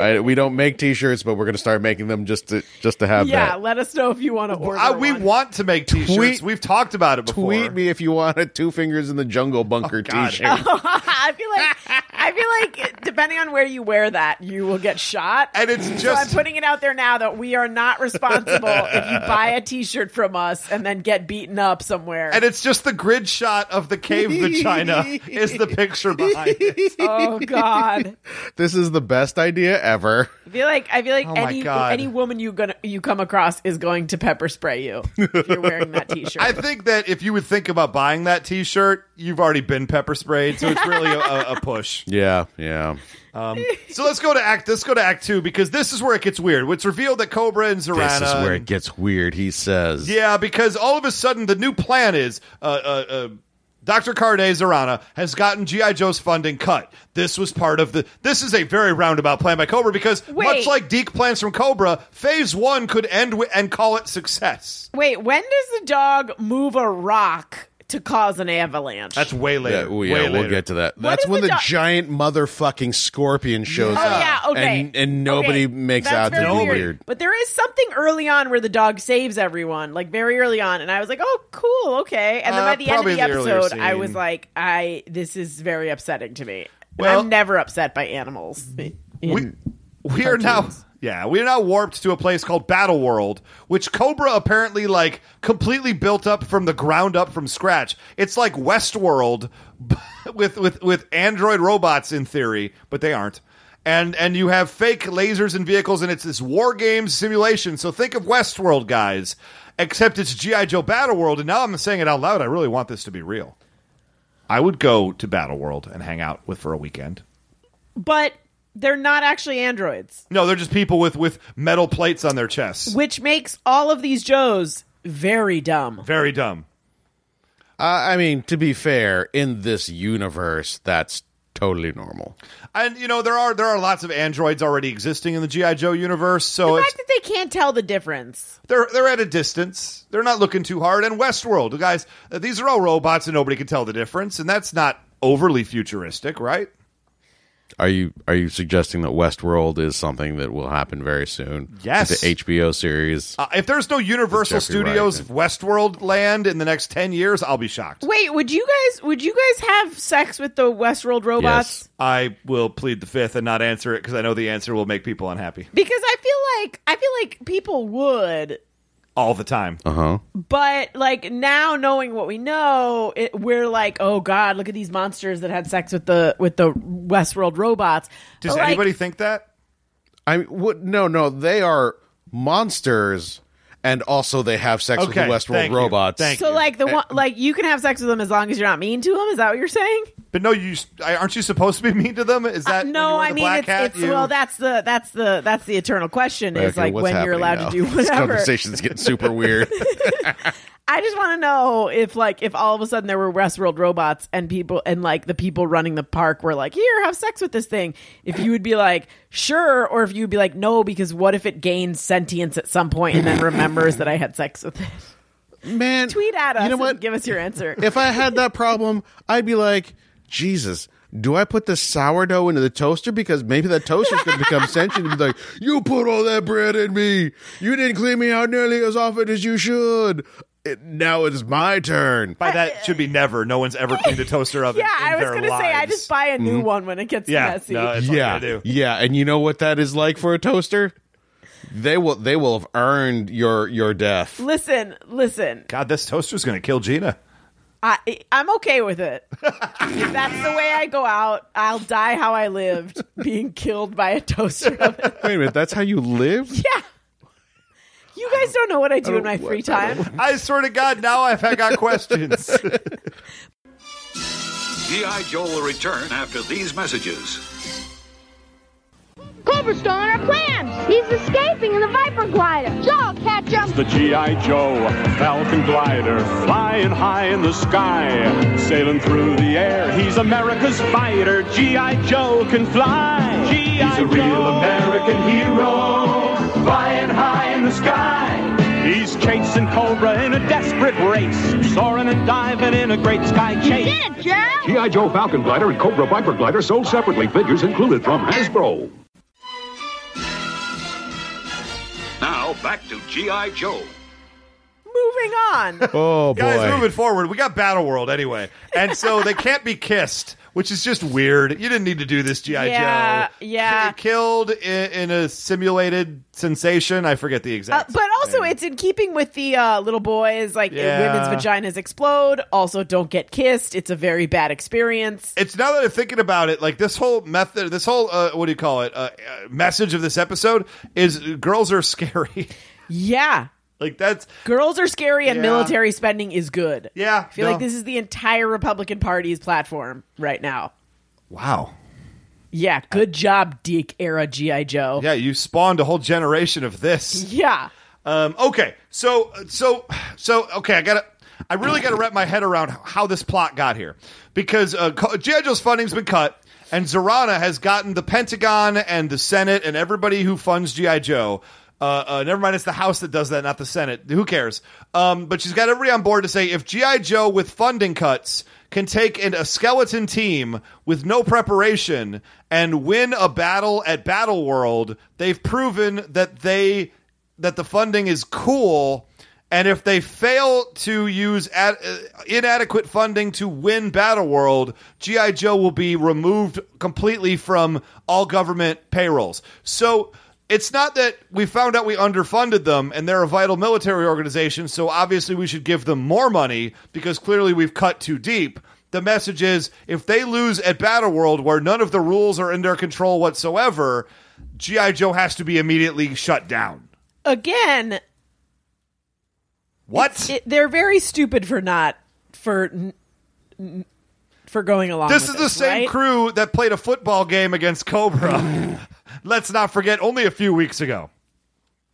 I, we don't make T-shirts, but we're gonna start making them just to just to have
yeah.
that.
Let us know if you want to order.
I, we
one.
want to make t-shirts.
Tweet-
We've talked about it before.
Tweet me if you want a two fingers in the jungle bunker
God.
T-shirt.
Oh. I feel like I feel like depending on where you wear that, you will get shot.
And it's
so I'm
just-
putting it out there now that we are not responsible if you buy a T-shirt from us and then get beaten up somewhere.
And it's just the grid shot of the cave vagina is the picture behind it.
oh God!
This is the best idea ever.
I feel like I feel like
Oh my
any
God.
any woman you gonna you come across is going to pepper spray you if you're wearing that T-shirt.
I think that if you would think about buying that T-shirt, you've already been pepper sprayed, so it's really a, a, a push.
Yeah, yeah.
So let's go to act. Let's go to act two because this is where it gets weird. It's revealed that Cobra and Zorana.
This is where it gets weird, he says.
Yeah, because all of a sudden the new plan is uh, uh, uh, Dr. Carday Zarana has gotten GI Joe's funding cut. This was part of the. This is a very roundabout plan by Cobra because much
Wait.
like Deke plans from Cobra, Phase One could end wi- and call it success.
Wait, when does the dog move a rock to cause an avalanche?
That's way later.
Yeah, well,
way
yeah, we'll
later.
get to that. That's
is
when
the
the,
do-
giant motherfucking scorpion shows
Oh
up.
yeah, okay.
And, and nobody
Okay.
makes
That's
out to
very
be
weird.
weird.
But there is something early on where the dog saves everyone, like very early on, and I was like, "Oh, cool, okay." And then
Uh,
by the end of
probably
the,
in the earlier
episode, I
scene.
was like, "I this is very upsetting to me.
Well-
I'm never upset by animals."
we, we are now yeah we are now warped to a place called battle world which cobra apparently like completely built up from the ground up from scratch it's like westworld with with with android robots in theory but they aren't and and you have fake lasers and vehicles and it's this war game simulation so think of westworld guys except it's gi joe battle world and now i'm saying it out loud i really want this to be real i would go to battle world and hang out with for a weekend
but they're not actually androids,
no, they're just people with with metal plates on their chests.
which makes all of these Joes very dumb.
Very dumb.
I I mean, to be fair, in this universe, that's totally normal.
And you know there are there are lots of androids already existing in the GI Joe universe, so
The
it's,
fact that they can't tell the difference.
they're they're at a distance. They're not looking too hard. And Westworld, guys, uh, these are all robots, and nobody can tell the difference. And that's not overly futuristic, right?
Are you are you suggesting that Westworld is something that will happen very soon?
Yes.
It's a HBO series.
Uh, if there's no Universal
Jeffrey Wright,
Studios
and-
Westworld land in the next ten years, I'll be shocked.
Wait, would you guys would you guys have sex with the Westworld robots?
yes.
I will plead the fifth and not answer it because I know the answer will make people unhappy
because I feel like I feel like people would,
all the time.
Uh huh.
but like now knowing what we know, it, we're like, oh god, look at these monsters that had sex with the with the Westworld robots.
Does
But, like,
anybody think that?
I mean, what? No, no, they are monsters, and also they have sex
Okay,
with the
thank
Westworld
you,
robots.
thank
So like the one, like you can have sex with them as long as you're not mean to them. Is that what you're saying?
But no, you s- I- aren't you supposed to be mean to them? Is that when you
Uh, no,
wear
I
the
mean
black
it's,
hat,
it's
you-
well that's the that's the that's the eternal question is
Okay,
like
what's
when you're
happening
allowed
now?
to do
This
whatever.
conversation's getting super weird.
I just want to know if, like, if all of a sudden there were Westworld robots and people, and like the people running the park were like, "Here, have sex with this thing," if you would be like, "Sure," or if you would be like, "No," because what if it gains sentience at some point and then remembers that I had sex with it?
Man,
Tweet at us.
You know
and
what?
give us your answer.
if I had that problem, I'd be like, Jesus, do I put the sourdough into the toaster? Because maybe that toaster's going to become sentient and be like, You put all that bread in me. You didn't clean me out nearly as often as you should. It, now it's my turn.
By that should be never. No one's ever cleaned a toaster oven.
uh, yeah,
in
I was
their
gonna say I
lives. Mm-hmm.
just buy a new one when it gets
yeah,
messy.
no, it's all
yeah.
I do.
Yeah. And you know what that is like for a toaster? They will they will have earned your your death.
listen, listen,
God, this toaster's gonna kill Gina.
I I'm okay with it. if that's the way I go out, I'll die how I lived, being killed by a toaster oven.
Wait a minute, that's how you live?
Yeah. You guys don't know what I do in my free time.
I swear to God, now I've got questions.
G.I. Joe will return after these messages.
Cobra stolen our plans. He's escaping in the Viper glider. Joe, catch him.
The G.I. Joe Falcon Glider, flying high in the sky, sailing through the air. He's America's fighter. G.I. Joe can fly. G.I. He's a real American hero, flying high in the sky. He's chasing Cobra in a desperate race, soaring and diving in a great sky chase.
Get it, Joe.
G.I. Joe Falcon Glider and Cobra Viper Glider sold separately. Figures included from Hasbro. Now back to G.I. Joe.
Moving on.
Oh boy.
Guys, moving forward, we got Battle World anyway, and so they can't be kissed, which is just weird. You didn't need to do this, GI
Yeah,
Joe.
yeah.
K- killed in, in a simulated sensation. I forget the
Uh,
exact.
but also, it's in keeping with the uh, little boys, like uh,
Yeah.
women's vaginas explode. Also, don't get kissed. It's a very bad experience.
it's now that I'm thinking about it, like this whole method, this whole uh, what do you call it? Uh, uh, message of this episode is uh, girls are scary.
Yeah.
like that's
Girls are scary and
Yeah.
military spending is good.
Yeah,
I feel
no.
like this is the entire Republican Party's platform right now.
wow.
Yeah, good job, Deke era GI Joe.
Yeah, you spawned a whole generation of this.
Yeah.
Um, okay, so so so okay, I gotta. I really got to wrap my head around how this plot got here, because uh, co- GI Joe's funding's been cut, and Zorana has gotten the Pentagon and the Senate and everybody who funds GI Joe. Uh, uh, never mind, it's the House that does that, not the Senate. Who cares? Um, but she's got everybody on board to say if GI Joe with funding cuts can take an, a skeleton team with no preparation and win a battle at Battle World, they've proven that they that the funding is cool and if they fail to use ad- uh, inadequate funding to win Battle World, GI Joe will be removed completely from all government payrolls. So it's not that we found out we underfunded them and they're a vital military organization, so obviously we should give them more money because clearly we've cut too deep. The message is if they lose at Battle World where none of the rules are in their control whatsoever, GI Joe has to be immediately shut down.
Again,
What?
it, they're very stupid for not for n- n- for going along.
this
with
is the same
right?
crew that played a football game against Cobra. Let's not forget, only a few weeks ago.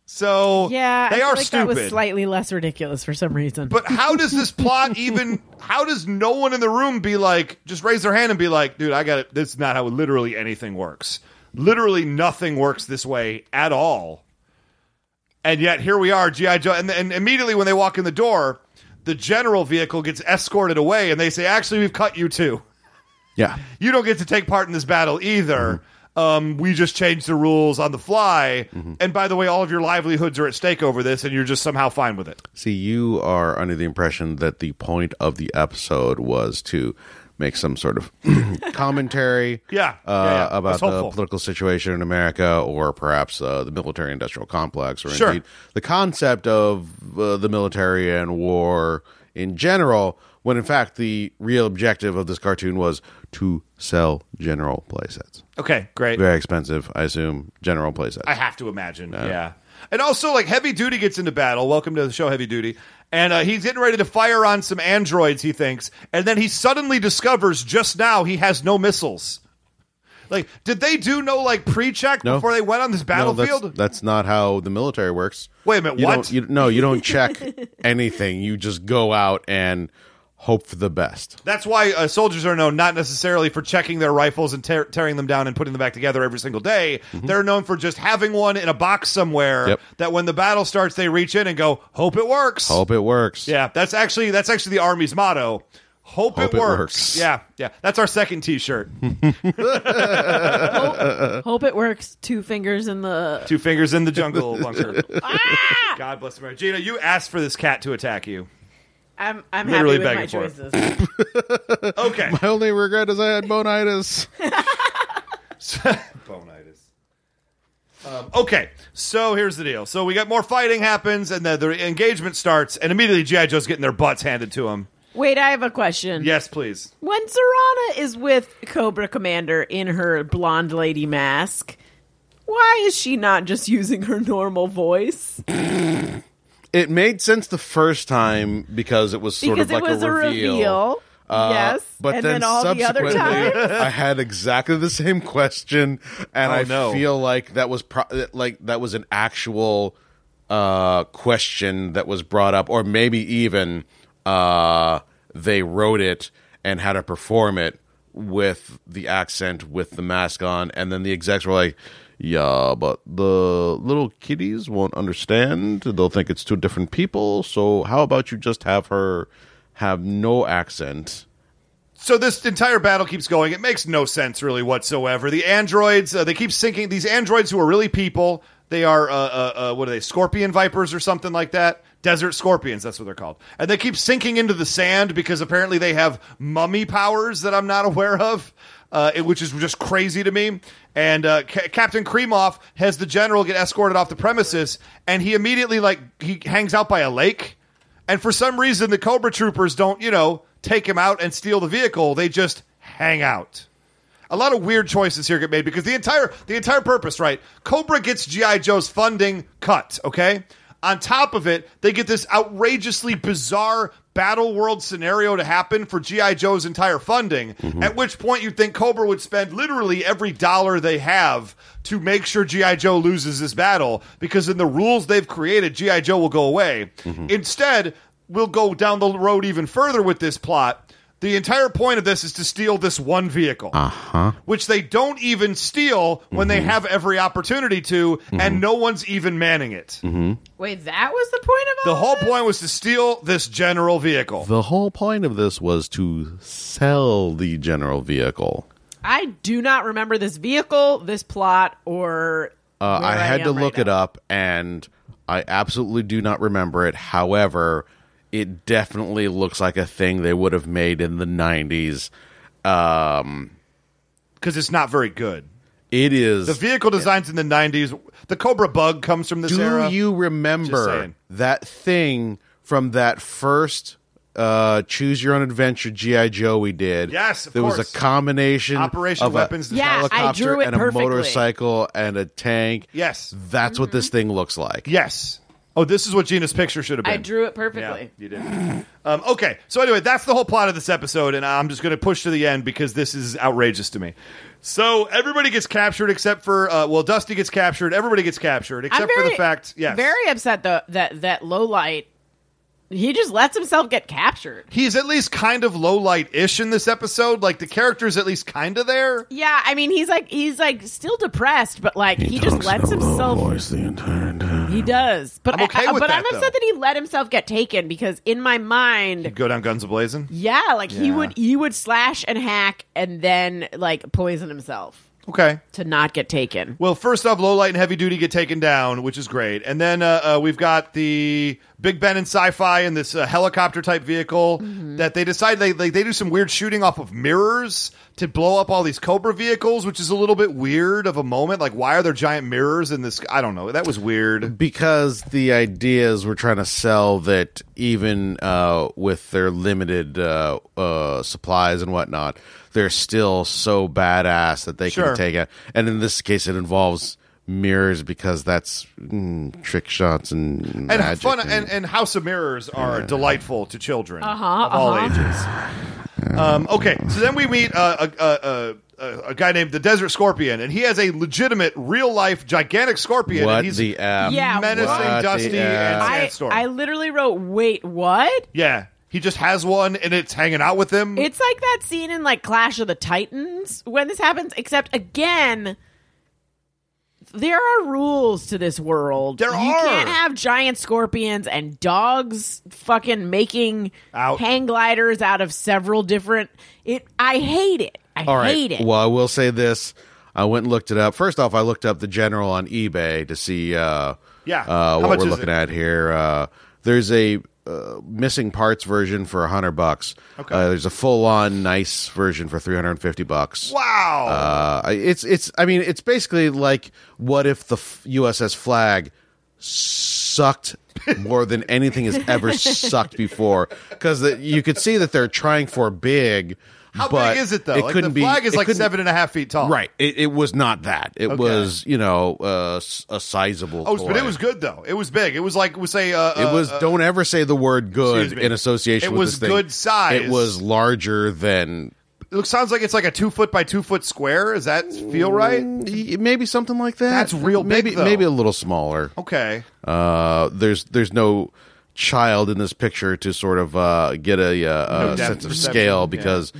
So
Yeah, I
they
feel
are
like
stupid.
That was slightly less ridiculous for some reason.
but how does this plot even? How does no one in the room be like, just raise their hand and be like, dude, I got it. This is not how literally anything works. Literally nothing works this way at all. And yet here we are, GI Joe, and, and immediately when they walk in the door, the general vehicle gets escorted away, and they say, actually, we've cut you too
Yeah.
you don't get to take part in this battle either.
Mm-hmm.
Um, we just changed the rules on the fly. And by the way, all of your livelihoods are at stake over this, and you're just somehow fine with it.
See, you are under the impression that the point of the episode was to make some sort of commentary
Yeah,
uh,
yeah, yeah.
about
That's
the
helpful.
political situation in America or perhaps uh, the military industrial complex or
Sure.
indeed the concept of uh, the military and war in general. When in fact, the real objective of this cartoon was to sell general playsets.
Okay, great.
Very expensive, I assume, general playsets.
I have to imagine. Yeah. And also, like, Heavy Duty gets into battle. Welcome to the show, Heavy Duty. And uh, he's getting ready to fire on some androids, he thinks. And then he suddenly discovers just now he has no missiles. Like, did they do no, like, pre check
No.
before they went on this
No, that's-
battlefield?
that's, not how the military works.
Wait a minute,
You
what?
don't- you- no, you don't check anything. You just go out and hope for the best.
That's why uh, soldiers are known not necessarily for checking their rifles and tear tearing them down and putting them back together every single day. They're known for just having one in a box somewhere
Mm-hmm. Yep.
that when the battle starts, they reach in and go, "Hope it works."
Hope it works.
Yeah, that's actually that's actually the army's motto. Hope,
Hope
it,
it
works.
works.
Yeah, yeah. That's our second T-shirt. uh,
Hope it works. Two fingers in the
Two fingers in the jungle bunker.
Ah!
God bless America. Gina, you asked for this cat to attack you.
I'm I'm
Literally
happy with my
begging for it.
choices.
Okay.
My only regret is I had bonitis.
Bonitis. Um, okay, so here's the deal. So we got more fighting happens, and the, the engagement starts, and immediately GI Joe's getting their butts handed to him.
Wait, I have a question.
Yes, please.
When Serana is with Cobra Commander in her blonde lady mask, why is she not just using her normal voice?
it made sense the first time because it was sort
Because
of like
it was
a reveal. Uh,
yes,
but
and
then,
then, all the other
subsequently,
time,
I had exactly the same question, and
Oh,
I
no.
feel like that was pro- that- like that was an actual uh, question that was brought up, or maybe even uh, they wrote it and had to perform it with the accent with the mask on, and then the execs were like. Yeah, but the little kiddies won't understand. They'll think it's two different people. So how about you just have her have no accent
So this entire battle keeps going. It makes no sense really whatsoever. The androids uh, they keep sinking. These androids who are really people. They are uh, uh, uh, what are they? Scorpion vipers or something like that. Desert scorpions. That's what they're called. And they keep sinking into the sand because apparently they have mummy powers that I'm not aware of. Uh, it- which is just crazy to me. And uh, Ca Captain Kremov has the general get escorted off the premises, and he immediately like he hangs out by a lake. And for some reason, the Cobra Troopers don't, you know, take him out and steal the vehicle. They just hang out. A lot of weird choices here get made because the entire the entire purpose, right? Cobra gets GI Joe's funding cut. Okay, On top of it, they get this outrageously bizarre battle world scenario to happen for GI Joe's entire funding. At which point, you'd think Cobra would spend literally every dollar they have to make sure GI Joe loses this battle, because in the rules they've created, GI Joe will go away. Instead, we'll go down the road even further with this plot. The entire point of this is to steal this one vehicle, uh-huh. which they don't even steal when
Mm-hmm.
they have every opportunity to, and no one's even manning it.
Mm-hmm.
Wait, that was the point of all
The whole
of this?
point was to steal this general vehicle.
The whole point of this was to sell the general vehicle.
I do not remember this vehicle, this plot, or
Uh,
where
I had
am
to
right
look it
now.
up, and I absolutely do not remember it. However, it definitely looks like a thing they would have made in the '90s. Um,
because it's not very good.
it is.
The vehicle designs in the '90s. The Cobra Bug comes from this
do
era.
you
Just
remember
saying.
that thing from that first uh, choose your own adventure GI Joe we did?
Yes, of
there was
course.
a combination
Operation
of a
Weapons
Yeah, I
helicopter
drew it
and a
perfectly.
motorcycle and a tank.
Yes.
that's what
Mm-hmm.
this thing looks like.
Yes. Oh, this is what Gina's picture should have been.
I drew it
Yeah,
perfectly.
you did. um, okay, so anyway, that's the whole plot of this episode, and I'm just going to push to the end because this is outrageous to me. So everybody gets captured except for uh, well, Dusty gets captured. Everybody gets captured
I'm
except for the fact, yes,
very upset though that that low light. He just lets himself get captured.
he's at least kind of low light ish in this episode. Like the character's at least kind of there.
Yeah, I mean he's like he's like still depressed, but like he, just lets himself.
the entire
He does, but
I'm okay
I, I-
with
but
that,
I'm upset
though.
that he let himself get taken because in my mind,
Go down guns a blazing.
yeah, like he
Yeah.
would he would slash and hack and then like poison himself
Okay,
to not get taken.
Well, first off, low light and heavy duty get taken down, which is great, and then uh, uh, we've got the Big Ben and Sci-Fi in this uh, helicopter type vehicle
Mm-hmm.
that they decide they, they they do some weird shooting off of mirrors to blow up all these Cobra vehicles, which is a little bit weird of a moment. Like, why are there giant mirrors in this? I don't know. That was weird.
because the ideas were trying to sell that even uh, with their limited uh, uh, supplies and whatnot, they're still so badass that they
Sure.
can take it. And in this case, it involves mirrors because that's mm, trick shots and
And
magic
fun
and-
and, and House of Mirrors are delightful to children
Uh-huh,
of all
uh-huh.
ages. Um, okay, so then we meet uh, a, a, a, a guy named the Desert Scorpion, and he has a legitimate, real life, gigantic scorpion.
what
and he's
the F?
Yeah,
menacing,
what the
dusty, and
F?
I
sandstorm.
I literally wrote, wait, what?
yeah, he just has one, and it's hanging out with him.
It's like that scene in like Clash of the Titans when this happens, except again, there are rules to this world.
There
you
are.
can't have giant scorpions and dogs fucking making
Out.
hang gliders out of several different. It. I hate it. I
All right.
hate it.
Well, I will say this. I went and looked it up. First off, I looked up the general on eBay to see uh,
Yeah. How
uh, what
much
we're
is
looking
it?
at here. Uh, there's a uh, missing parts version for 100 bucks.
Okay.
Uh, there's a full-on nice version for 350 bucks.
wow.
Uh, it's it's I mean, it's basically like what if the f- USS flag sucked more than anything has ever sucked before cuz you could see that they're trying for big
How
but
big is it though?
It
like,
couldn't
the flag
be,
is
it
like
couldn't-
seven and a half feet tall.
Right. It, it was not that. It was, you know, uh, s- a sizable.
Oh, but
toy.
it was good though. It was big. It was like we say. Uh,
It was. don't ever say the word "good"
excuse me.
in association.
It
with
was
this thing.
good size.
It was larger than
It looks- sounds like it's like a two foot by two foot square. Does that feel right?
Mm, y- maybe something like that.
That's real big,
Maybe
though.
maybe a little smaller.
Okay.
Uh, there's there's no child in this picture to sort of uh, get a,
No
uh, uh
depth
sense of
perception,
scale
yeah. Mm-hmm.
because.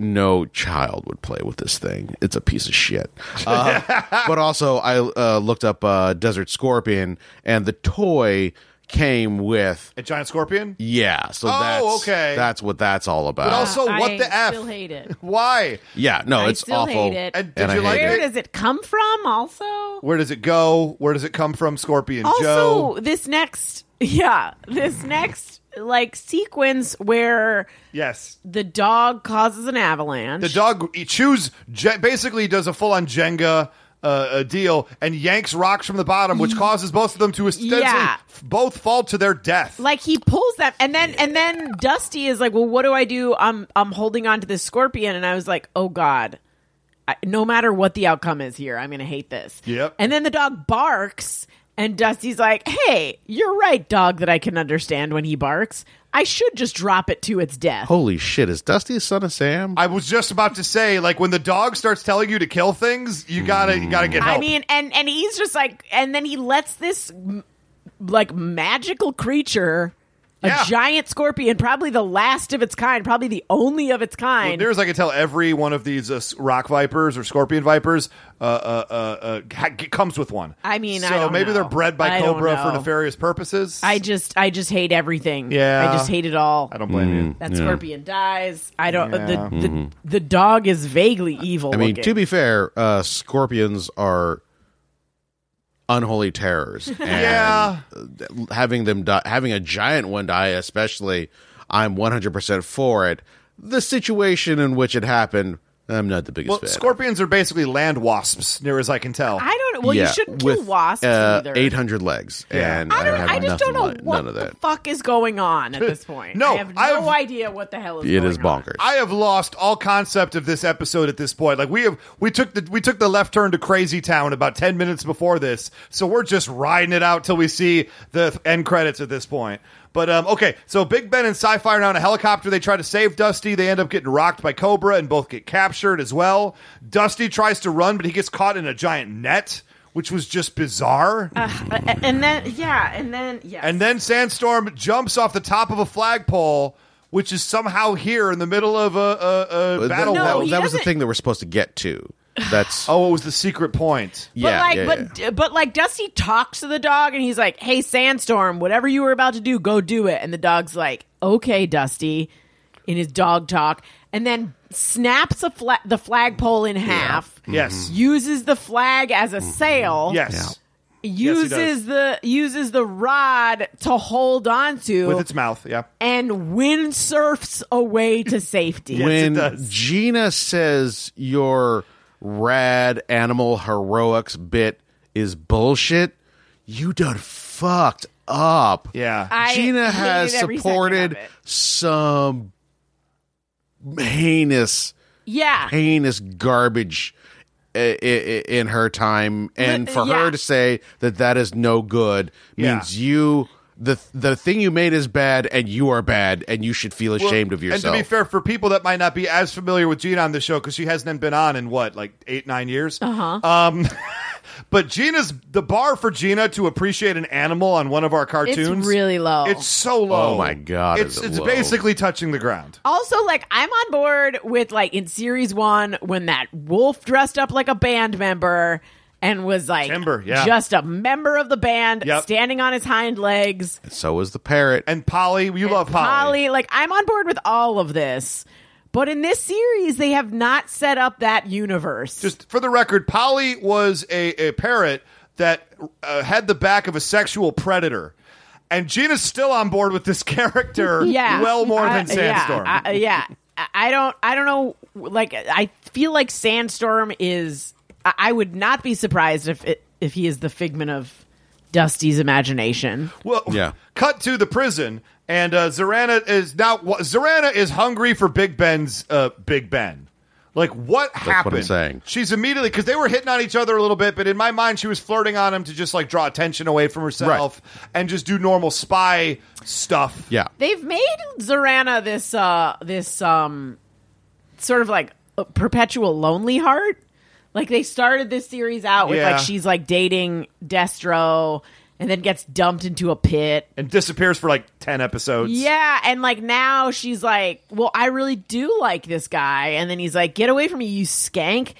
No child would play with this thing. It's a piece of shit. Uh, but also, I uh, looked up uh, Desert Scorpion, and the toy came with
A giant scorpion?
yeah. So
Oh,
that's
okay.
That's what that's all about.
But also,
I
what the f?
still hate it.
Why?
yeah, no,
I
Oh, it's
still
awful.
hate it.
And did
And I
you
hate
like
it.
Where
it?
does it come from? Also,
Where does it go? Where does it come from? Scorpion
also
Joe.
this next, yeah, this next like sequence where
Yes.
the dog causes an avalanche.
The dog he chews Je- basically does a full on Jenga uh, uh, deal and yanks rocks from the bottom, which causes both of them to ostensibly
Mm. Yeah.
f- both fall to their death.
like he pulls them and then and then dusty is like well what do i do i'm i'm holding on to this scorpion and i was like oh god I, no matter what the outcome is here i'm gonna hate this
Yep.
and then the dog barks And Dusty's like, hey, you're right, dog that I can understand when he barks. I should just drop it to its death.
Holy shit! Is Dusty a son of Sam?
I was just about to say, like when the dog starts telling you to kill things, you gotta you gotta get help.
I mean, and and he's just like, and then he lets this m- like magical creature, a
Yeah.
giant scorpion, probably the last of its kind, probably the only of its
Well,
kind.
near as I can tell, every one of these uh, s- rock vipers or scorpion vipers uh, uh, uh, uh, ha- g- comes with one.
I mean,
so
I don't
maybe
know.
they're bred by
I don't
cobra for
know.
nefarious purposes.
I just, I just hate everything.
Yeah.
I just hate it all.
I don't blame you.
That scorpion dies. I don't. uh, The,
Mm-hmm.
the the dog is vaguely evil.
I mean,
looking.
to be fair, uh, scorpions are unholy terrors. And
Yeah.
having them die, having a giant one die, especially, I'm 100 percent for it. The situation in which it happened, I'm not the biggest
Well,
fan.
scorpions are basically land wasps, near as I can tell.
I don't. Well,
Yeah,
you shouldn't kill
with,
wasps
uh,
either.
800 legs,
Yeah.
and
I don't.
have
I just don't
nothing
know
like-
what
none of that.
the fuck is going on at this point.
No,
I have no
I've-
idea what the hell is.
it
going
is
on.
bonkers.
I have lost all concept of this episode at this point. Like we have, we took the we took the left turn to Crazy Town about ten minutes before this, so we're just riding it out till we see the end credits at this point. But um, okay, so Big Ben and Sci-Fi are now in a helicopter. They try to save Dusty. They end up getting rocked by Cobra and both get captured as well. Dusty tries to run, but he gets caught in a giant net, which was just bizarre.
Uh, and then yeah, and then yeah,
And then Sandstorm jumps off the top of a flagpole, which is somehow here in the middle of a, a, a
But
battle.
that,
No,
that-
Oh, he
that was the
doesn't-
thing that we're supposed to get to. That's
Oh, it was the secret point.
But
yeah,
like,
yeah, yeah.
but but like, Dusty talks to the dog, and he's like, "Hey, Sandstorm, whatever you were about to do, go do it." And the dog's like, "Okay, Dusty," in his dog talk, and then snaps a fla- the flagpole in half.
Mm-hmm. Yes. Mm-hmm.
Uses the flag as a sail.
Yes.
Uses
does.
the uses the rod to hold on to
With its mouth. Yeah.
and windsurfs away to safety.
when
does.
Gina says your rad animal heroics bit is bullshit, you done fucked up.
Yeah.
I
Gina
hated
has
every second of
supported
it.
some heinous,
Yeah.
heinous garbage uh, i- i- i- in her time, and
Li-
for
uh, yeah.
her to say that that is no good
Yeah.
means you. The, the thing you made is bad, and you are bad, and you should feel ashamed of yourself.
And to be fair, for people that might not be as familiar with Gina on the show, because she hasn't been on in what, like eight, nine years? Uh huh.
Uh-huh.
Um, but Gina's, the bar for Gina to appreciate an animal on one of our cartoons.
really low.
It's so low.
Oh my God,
It's,
is it
it's
low.
basically touching the ground.
Also, like, I'm on board with, like, in series one, when that wolf dressed up like a band member and was, like,
Timber, yeah.
just a member of the band
Yep.
standing on his hind legs.
so is the parrot.
And Polly, you love
Polly, like, I'm on board with all of this. But in this series, they have not set up that universe.
just for the record, Polly was a, a parrot that uh, had the back of a sexual predator. And Gina's still on board with this character
yeah.
well more
I-
than Sandstorm.
Yeah. I, yeah. I- I don't, I don't know. Like, I feel like Sandstorm is, I- I would not be surprised if it, if he is the figment of Dusty's imagination.
well,
Yeah.
cut to the prison, and uh, Zorana is now wh- Zorana is hungry for Big Ben's uh, Big Ben. Like what
what I'm
happened?
saying.
She's immediately because they were hitting on each other a little bit, but in my mind, she was flirting on him to just like draw attention away from herself and just do normal spy stuff.
yeah.
They've made Zorana this uh this um sort of like a perpetual lonely heart. Like they started this series out with
Yeah.
like she's like dating Destro and then gets dumped into a pit.
and disappears for like 10 episodes.
Yeah, and like now she's like, "Well, I really do like this guy." And then he's like, "Get away from me, you skank."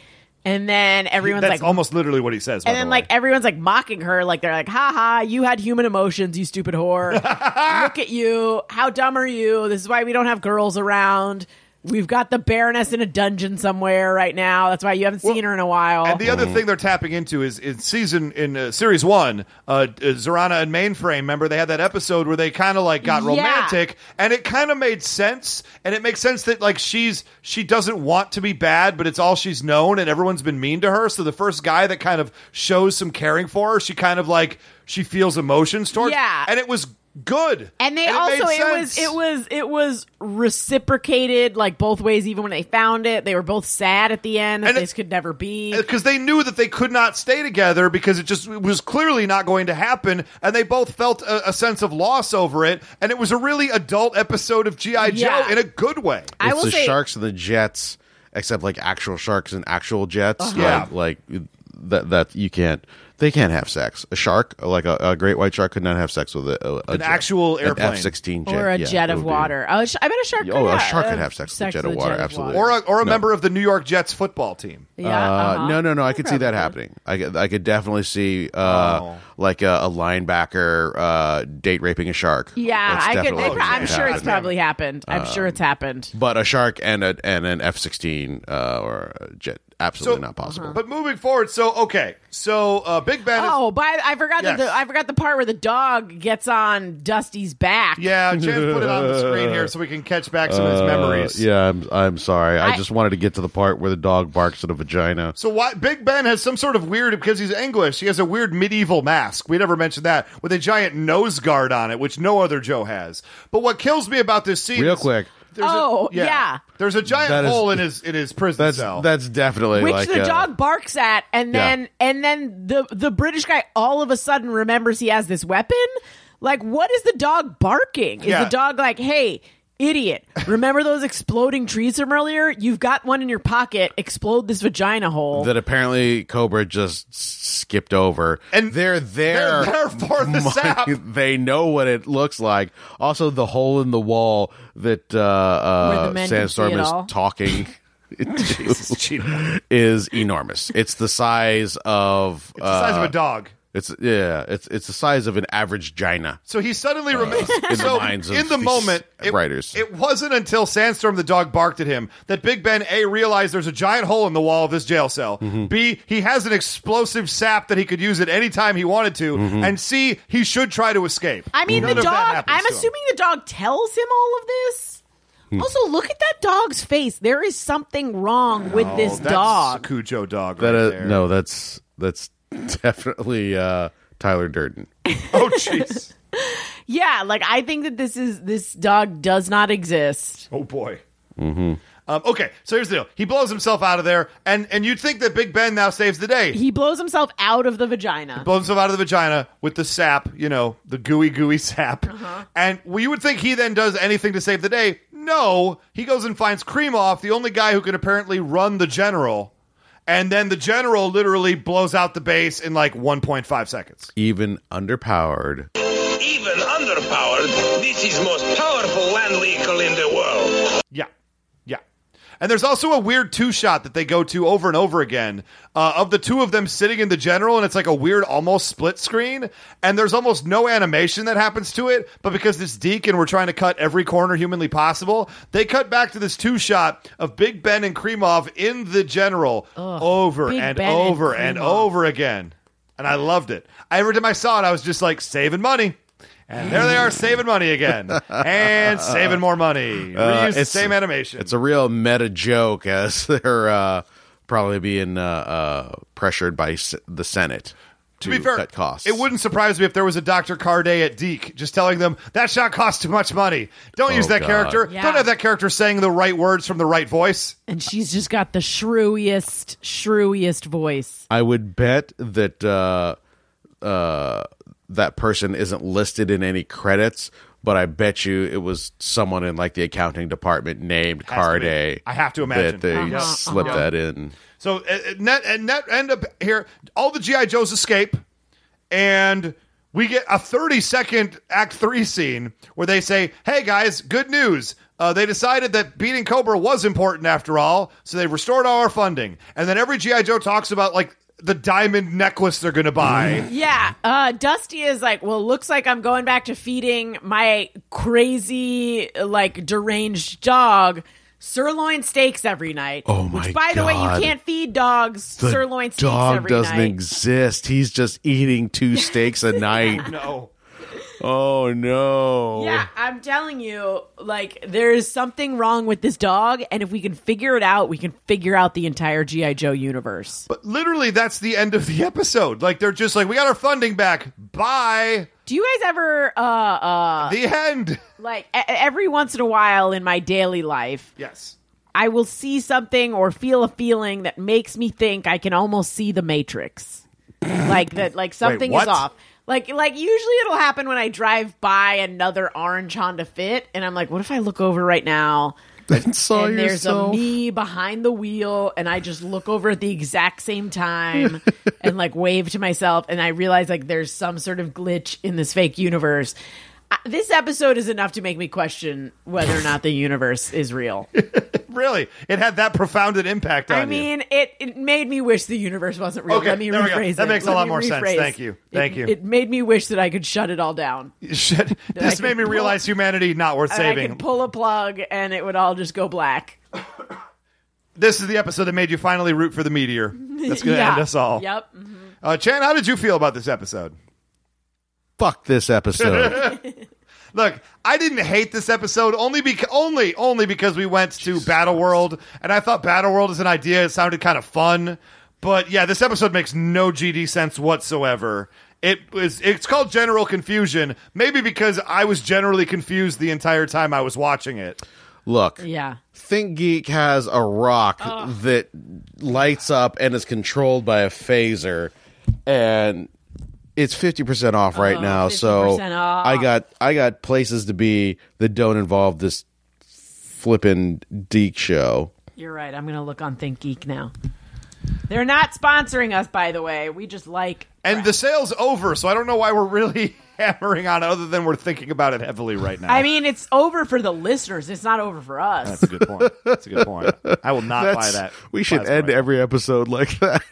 And then everyone's
That's
like
almost literally what he says. by
and
the
then
way.
like everyone's like mocking her like they're like ha ha you had human emotions you stupid whore look at you how dumb are you this is why we don't have girls around we've got the baroness in a dungeon somewhere right now that's why you haven't seen her in a while
And the other thing they're tapping into is in season in uh, series one, uh, uh, Zorana and Mainframe. Remember they had that episode where they kind of like got
Yeah.
romantic, and it kind of made sense. And it makes sense that like she's she doesn't want to be bad, but it's all she's known, and everyone's been mean to her. So the first guy that kind of shows some caring for her, she kind of like she feels emotions towards.
Yeah.
and it was good.
And they
made
also it was
sense.
it was it was reciprocated like both ways. Even when they found it, they were both sad at the end that
And it-
this could never be.
because they knew that they could not stay together because it just it was clearly not going to happen, and they both felt a, a sense of loss over it. And it was a really adult episode of GI
Yeah.
Joe in a good way.
I
it's
will
the
say,
sharks and the jets, except like actual sharks and actual jets.
Uh-huh.
Yeah.
Like, like that that you can't. They can't have sex. A shark, like a, a great white shark, could not have sex with a, a, a
An
jet.
actual airplane.
F sixteen jet,
or a
yeah,
jet
it
of
would be-
water. Oh, sh- I bet a shark.
Oh,
could
a
have,
shark could
uh,
have sex with a jet of water, absolutely.
Or a, or a
No.
member of the New York Jets football team.
Yeah,
Uh,
uh-huh.
No, no, no. I could see that
Probably.
happening. I, could- I could definitely see uh,
Oh.
like a, a linebacker uh, date raping a shark.
Yeah,
That's
I could.
definitely Um,
They, pro- I'm
could
sure it's
happen.
probably happened. I'm sure it's happened.
But a shark and a and an F sixteen uh, or a jet, absolutely not possible.
Uh-huh.
But moving forward, so okay, so uh, Big Ben. Is,
Oh, by I forgot
Yes.
the, the I forgot the part where the dog gets on Dusty's back.
yeah, Chance put it on the screen here so we can catch back some of his memories.
Uh, yeah, I'm I'm sorry. I,
I-
just wanted to get to the part where the dog barks at a vagina.
So why Big Ben has some sort of weird because he's English. He has a weird medieval mask. We never mentioned that with a giant nose guard on it, which no other Joe has. But what kills me about this scene,
Real
is
quick.
there's a-
Oh, yeah.
there's a giant
That is-
hole in his in his prison
That's
cell.
that's definitely
Which
like
the
uh,
dog barks at, and
Yeah.
then and then the the British guy all of a sudden remembers he has this weapon. Like, what is the dog barking? Is
Yeah.
the dog like, "Hey, idiot! Remember those exploding trees from earlier? You've got one in your pocket. Explode this vagina hole."
that apparently Cobra just s- skipped over.
And
they're
they're
there,
there for the
My-
sap.
They know what it looks like. Also, the hole in the wall that uh,
Where
uh,
the men can see
Sandstorm
it
is
all.
talking. to is enormous. It's the size of uh,
it's the size of a dog.
It's yeah. It's it's the size of an average gina.
So he suddenly remains
Uh, in the
so
minds of
in the
these
moment. It,
writers.
it wasn't until Sandstorm the dog barked at him that Big Ben a realized there's a giant hole in the wall of this jail cell.
Mm-hmm.
B he has an explosive sap that he could use at any time he wanted to,
Mm-hmm.
and C he should try to escape.
I mean,
None
the
of that
dog.
happens
I'm
to him.
assuming the dog tells him all of this. Also, look at that dog's face. There is something wrong with this
Oh, That's
dog.
a Cujo dog.
That
right
uh,
there.
no, that's that's definitely uh, Tyler Durden.
Oh jeez.
Yeah, like I think that this is this dog does not exist.
Oh boy. Mm-hmm. Um, okay, so here's the deal. He blows himself out of there, and and you'd think that Big Ben now saves the day.
He blows himself out of the vagina.
blows himself out of the vagina with the sap, you know, the gooey, gooey sap. And well, you would think he then does anything to save the day. No, he goes and finds Kremov, the only guy who can apparently run the general. And then the general literally blows out the base in like 1.5 seconds.
Even underpowered.
Even underpowered, this is most powerful land vehicle in the world.
Yeah. Yeah. And there's also a weird two shot that they go to over and over again uh, of the two of them sitting in the general, and it's like a weird almost split screen. And there's almost no animation that happens to it, but because it's Deke and we're trying to cut every corner humanly possible, they cut back to this two shot of Big Ben and Kremov in the general over
Big
and
Ben and
over and
Kremov.
over again. And I loved it. Every time I saw it, I was just like, saving money. And there they are saving money again, and saving more money. Reuse the
Uh, it's-
same animation.
It's a real meta joke as they're uh, probably being uh, uh, pressured by s- the Senate
to
to,
be fair,
cut costs.
it wouldn't surprise me if there was a Dr. Carday at Deke just telling them that shot costs too much money. Don't use that
Oh, God.
character.
Yeah.
Don't have that character saying the right words from the right voice.
And she's just got the shrewiest, shrewiest voice.
I would bet that uh, uh, that person isn't listed in any credits, but I bet you it was someone in like the accounting department named
Has to be.
Carday.
I have to imagine.
that they
Uh-huh,
slipped that in.
So uh, uh, net and net end up here. All the GI Joes escape, and we get a thirty second Act Three scene where they say, "Hey guys, good news." Uh, they decided that beating Cobra was important after all, so they restored all our funding. And then every GI Joe talks about like the diamond necklace they're going to buy.
Yeah, uh, Dusty is like, well, looks like I'm going back to feeding my crazy, like deranged dog sirloin steaks every night.
Oh my
Which, by the way,
God.
you can't feed dogs
The
sirloin steaks
dog
every
doesn't
night.
exist. He's just eating two steaks a night.
no.
Oh no.
Yeah, I'm telling you, like there is something wrong with this dog, and if we can figure it out, we can figure out the entire GI Joe universe.
But literally, that's the end of the episode. Like they're just like, we got our funding back. Bye.
Do you guys ever, uh, uh
The end.
like e- every once in a while in my daily life,
Yes.
I will see something or feel a feeling that makes me think I can almost see the Matrix, like that, like something is
what?
off. Like, like usually it'll happen when I drive by another orange Honda Fit, and I'm like, what if I look over right now?
Then saw
and there's
yourself.
a me behind the wheel and i just look over at the exact same time and like wave to myself and i realize like there's some sort of glitch in this fake universe I, this episode is enough to make me question whether or not the universe is real
Really, it had that profound an impact on
i
you.
mean it, it made me wish the universe wasn't real
Okay,
let me
there we go.
rephrase
That
it.
makes a
Let
lot
me
more sense.
rephrase.
Thank you. Thank
It-
you.
it made me wish that i could shut it all down
Shit. This
I
made
could
me
pull-
realize humanity not worth
and i
saving.
could pull a plug and it would all just go black
this is the episode that made you finally root for the meteor. That's going to
yeah
end us all.
yep
Uh, Chan, how did you feel about this episode?
Fuck this episode.
Look, I didn't hate this episode only because only only because we went to Battle World, and I thought Battle World as an idea it sounded kind of fun. But yeah, this episode makes no GD sense whatsoever. It was it's called General Confusion, maybe because I was generally confused the entire time I was watching it.
Look.
yeah
Think Geek has a rock that lights up and is controlled by a phaser, and it's fifty percent off right now. So
50% Oh, off.
I got I got places to be that don't involve this flippin' Deke show.
You're right. I'm going to look on Think Geek now. They're not sponsoring us, by the way. We just like.
And the sale's over, so I don't know why we're really hammering on it other than we're thinking about it heavily right now.
I mean, it's over for the listeners. It's not over for us.
That's a good point. That's a good point. I will not buy
That's-
that.
We should
That's
end
right.
every episode like that.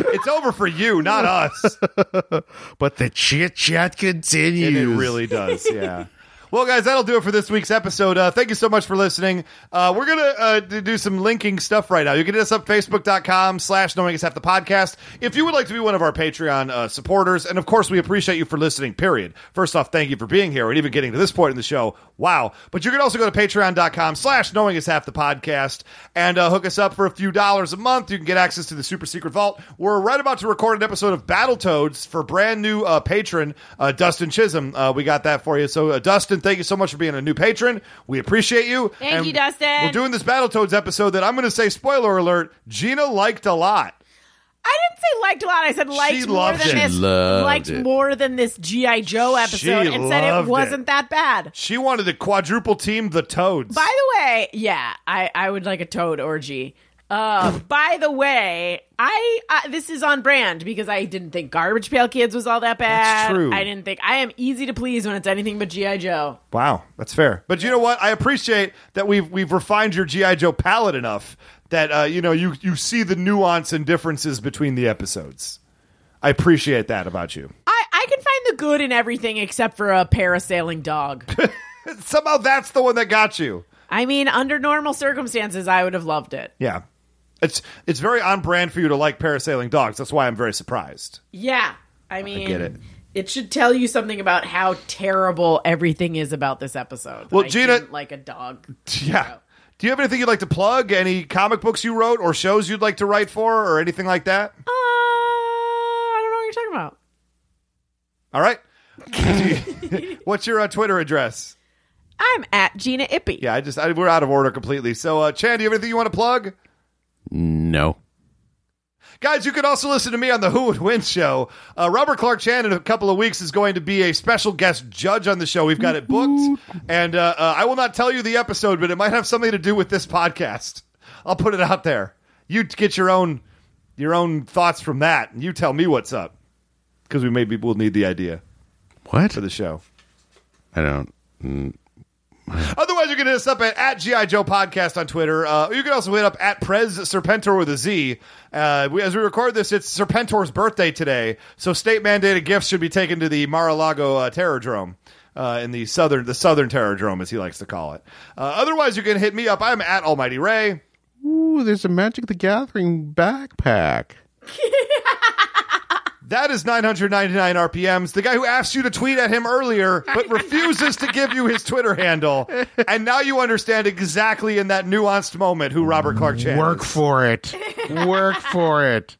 It's over for you, not us.
but the chit chat continues.
And it really does, yeah. Well, guys, that'll do it for this week's episode. Uh, thank you so much for listening. Uh, we're going to uh, d- do some linking stuff right now. You can hit us up facebook.com slash knowing us half the podcast. If you would like to be one of our Patreon uh, supporters, and of course, we appreciate you for listening, period. First off, thank you for being here and even getting to this point in the show. Wow. But you can also go to patreon.com slash knowing us half the podcast and uh, hook us up for a few dollars a month. You can get access to the super secret vault. We're right about to record an episode of Battletoads for brand new uh, patron, uh, Dustin Chisholm. Uh, we got that for you. So, uh, Dustin, thank you so much for being a new patron. We appreciate you.
Thank you, Dustin.
We're doing this Battletoads episode that I'm going to say, spoiler alert, Gina liked a lot.
I didn't say liked a lot. I said liked
She
more
loved
than
it.
this.
She loved
liked
it.
more than this GI Joe episode,
She
and said
loved
it
it.
wasn't that bad.
She wanted to quadruple team the Toads.
By the way, yeah, I, I would like a toad orgy. Uh, by the way, I, I this is on brand because I didn't think Garbage Pail Kids was all that bad.
true.
I didn't think I am easy to please when it's anything but GI Joe.
Wow, that's fair. But you know what? I appreciate that we've we've refined your GI Joe palette enough that uh, you know you you see the nuance and differences between the episodes. I appreciate that about you.
I, I can find the good in everything except for a parasailing dog.
Somehow that's the one that got you.
I mean, under normal circumstances, I would have loved it.
Yeah, it's it's very on brand for you to like parasailing dogs. That's why I'm very surprised.
Yeah. I mean,
get it.
it should tell you something about how terrible everything is about this episode.
Well,
I
Gina-
didn't like a dog.
Yeah. Do you have anything you'd like to plug? Any comic books you wrote or shows you'd like to write for or anything like that?
Uh, I don't know what you're talking about.
All right. What's your uh, Twitter address?
I'm at Gina Ippy.
Yeah, I just I, we're out of order completely. So, uh, Chan, do you have anything you want to plug?
No.
Guys, you can also listen to me on the Who Would Win show. Uh, Robert Clark Chan in a couple of weeks is going to be a special guest judge on the show. We've got it booked, and uh, uh, I will not tell you the episode, but it might have something to do with this podcast. I'll put it out there. You get your own your own thoughts from that, and you tell me what's up because we maybe will need the idea
What?
for the show.
I don't.
Otherwise, you can hit us up at, at GI Joe Podcast on Twitter. Uh, you can also hit up at Prez Serpentor with a Z. Uh, we, as we record this, it's Serpentor's birthday today, so state mandated gifts should be taken to the Mar-a-Lago uh, Terrordrome. Uh, in the southern, the southern terrordrome, as he likes to call it. Uh, otherwise, you can hit me up. I'm at Almighty Ray.
Ooh, there's a Magic the Gathering backpack.
That is 999 RPMs. The guy who asked you to tweet at him earlier, but refuses to give you his Twitter handle. And now you understand exactly in that nuanced moment who Robert Clark Chan is.
Work for it. Work for it.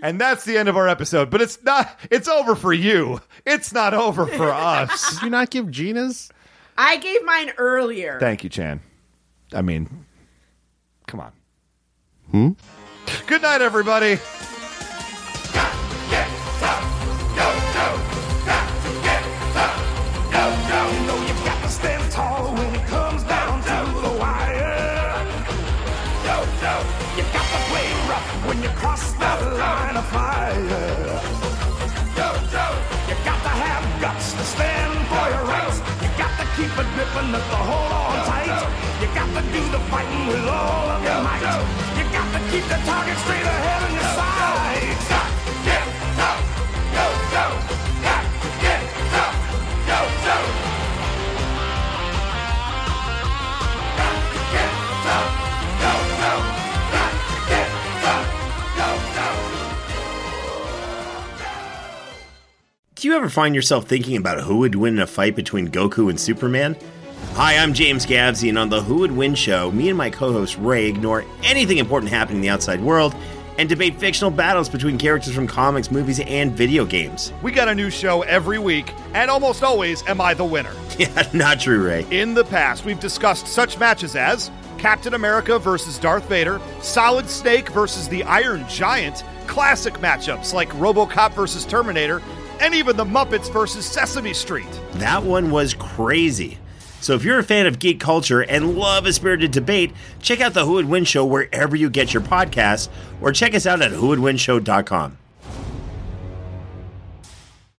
And that's the end of our episode. But it's not, it's over for you. It's not over for us.
Did you not give Gina's?
I gave mine earlier.
Thank you, Chan. I mean, come on. Hmm? Good night, everybody.
Do you ever find yourself thinking about who would win in a fight between Goku and Superman? Hi, I'm James Gavsey, and on the Who Would Win show, me and my co host Ray ignore anything important happening in the outside world and debate fictional battles between characters from comics, movies, and video games.
We got a new show every week, and almost always am I the winner.
Yeah, not true, Ray.
In the past, we've discussed such matches as Captain America versus Darth Vader, Solid Snake versus the Iron Giant, classic matchups like RoboCop versus Terminator, and even the Muppets versus Sesame Street.
That one was crazy. So if you're a fan of geek culture and love a spirited debate, check out the Who Would Win show wherever you get your podcasts, or check us out at whowouldwinshow.com.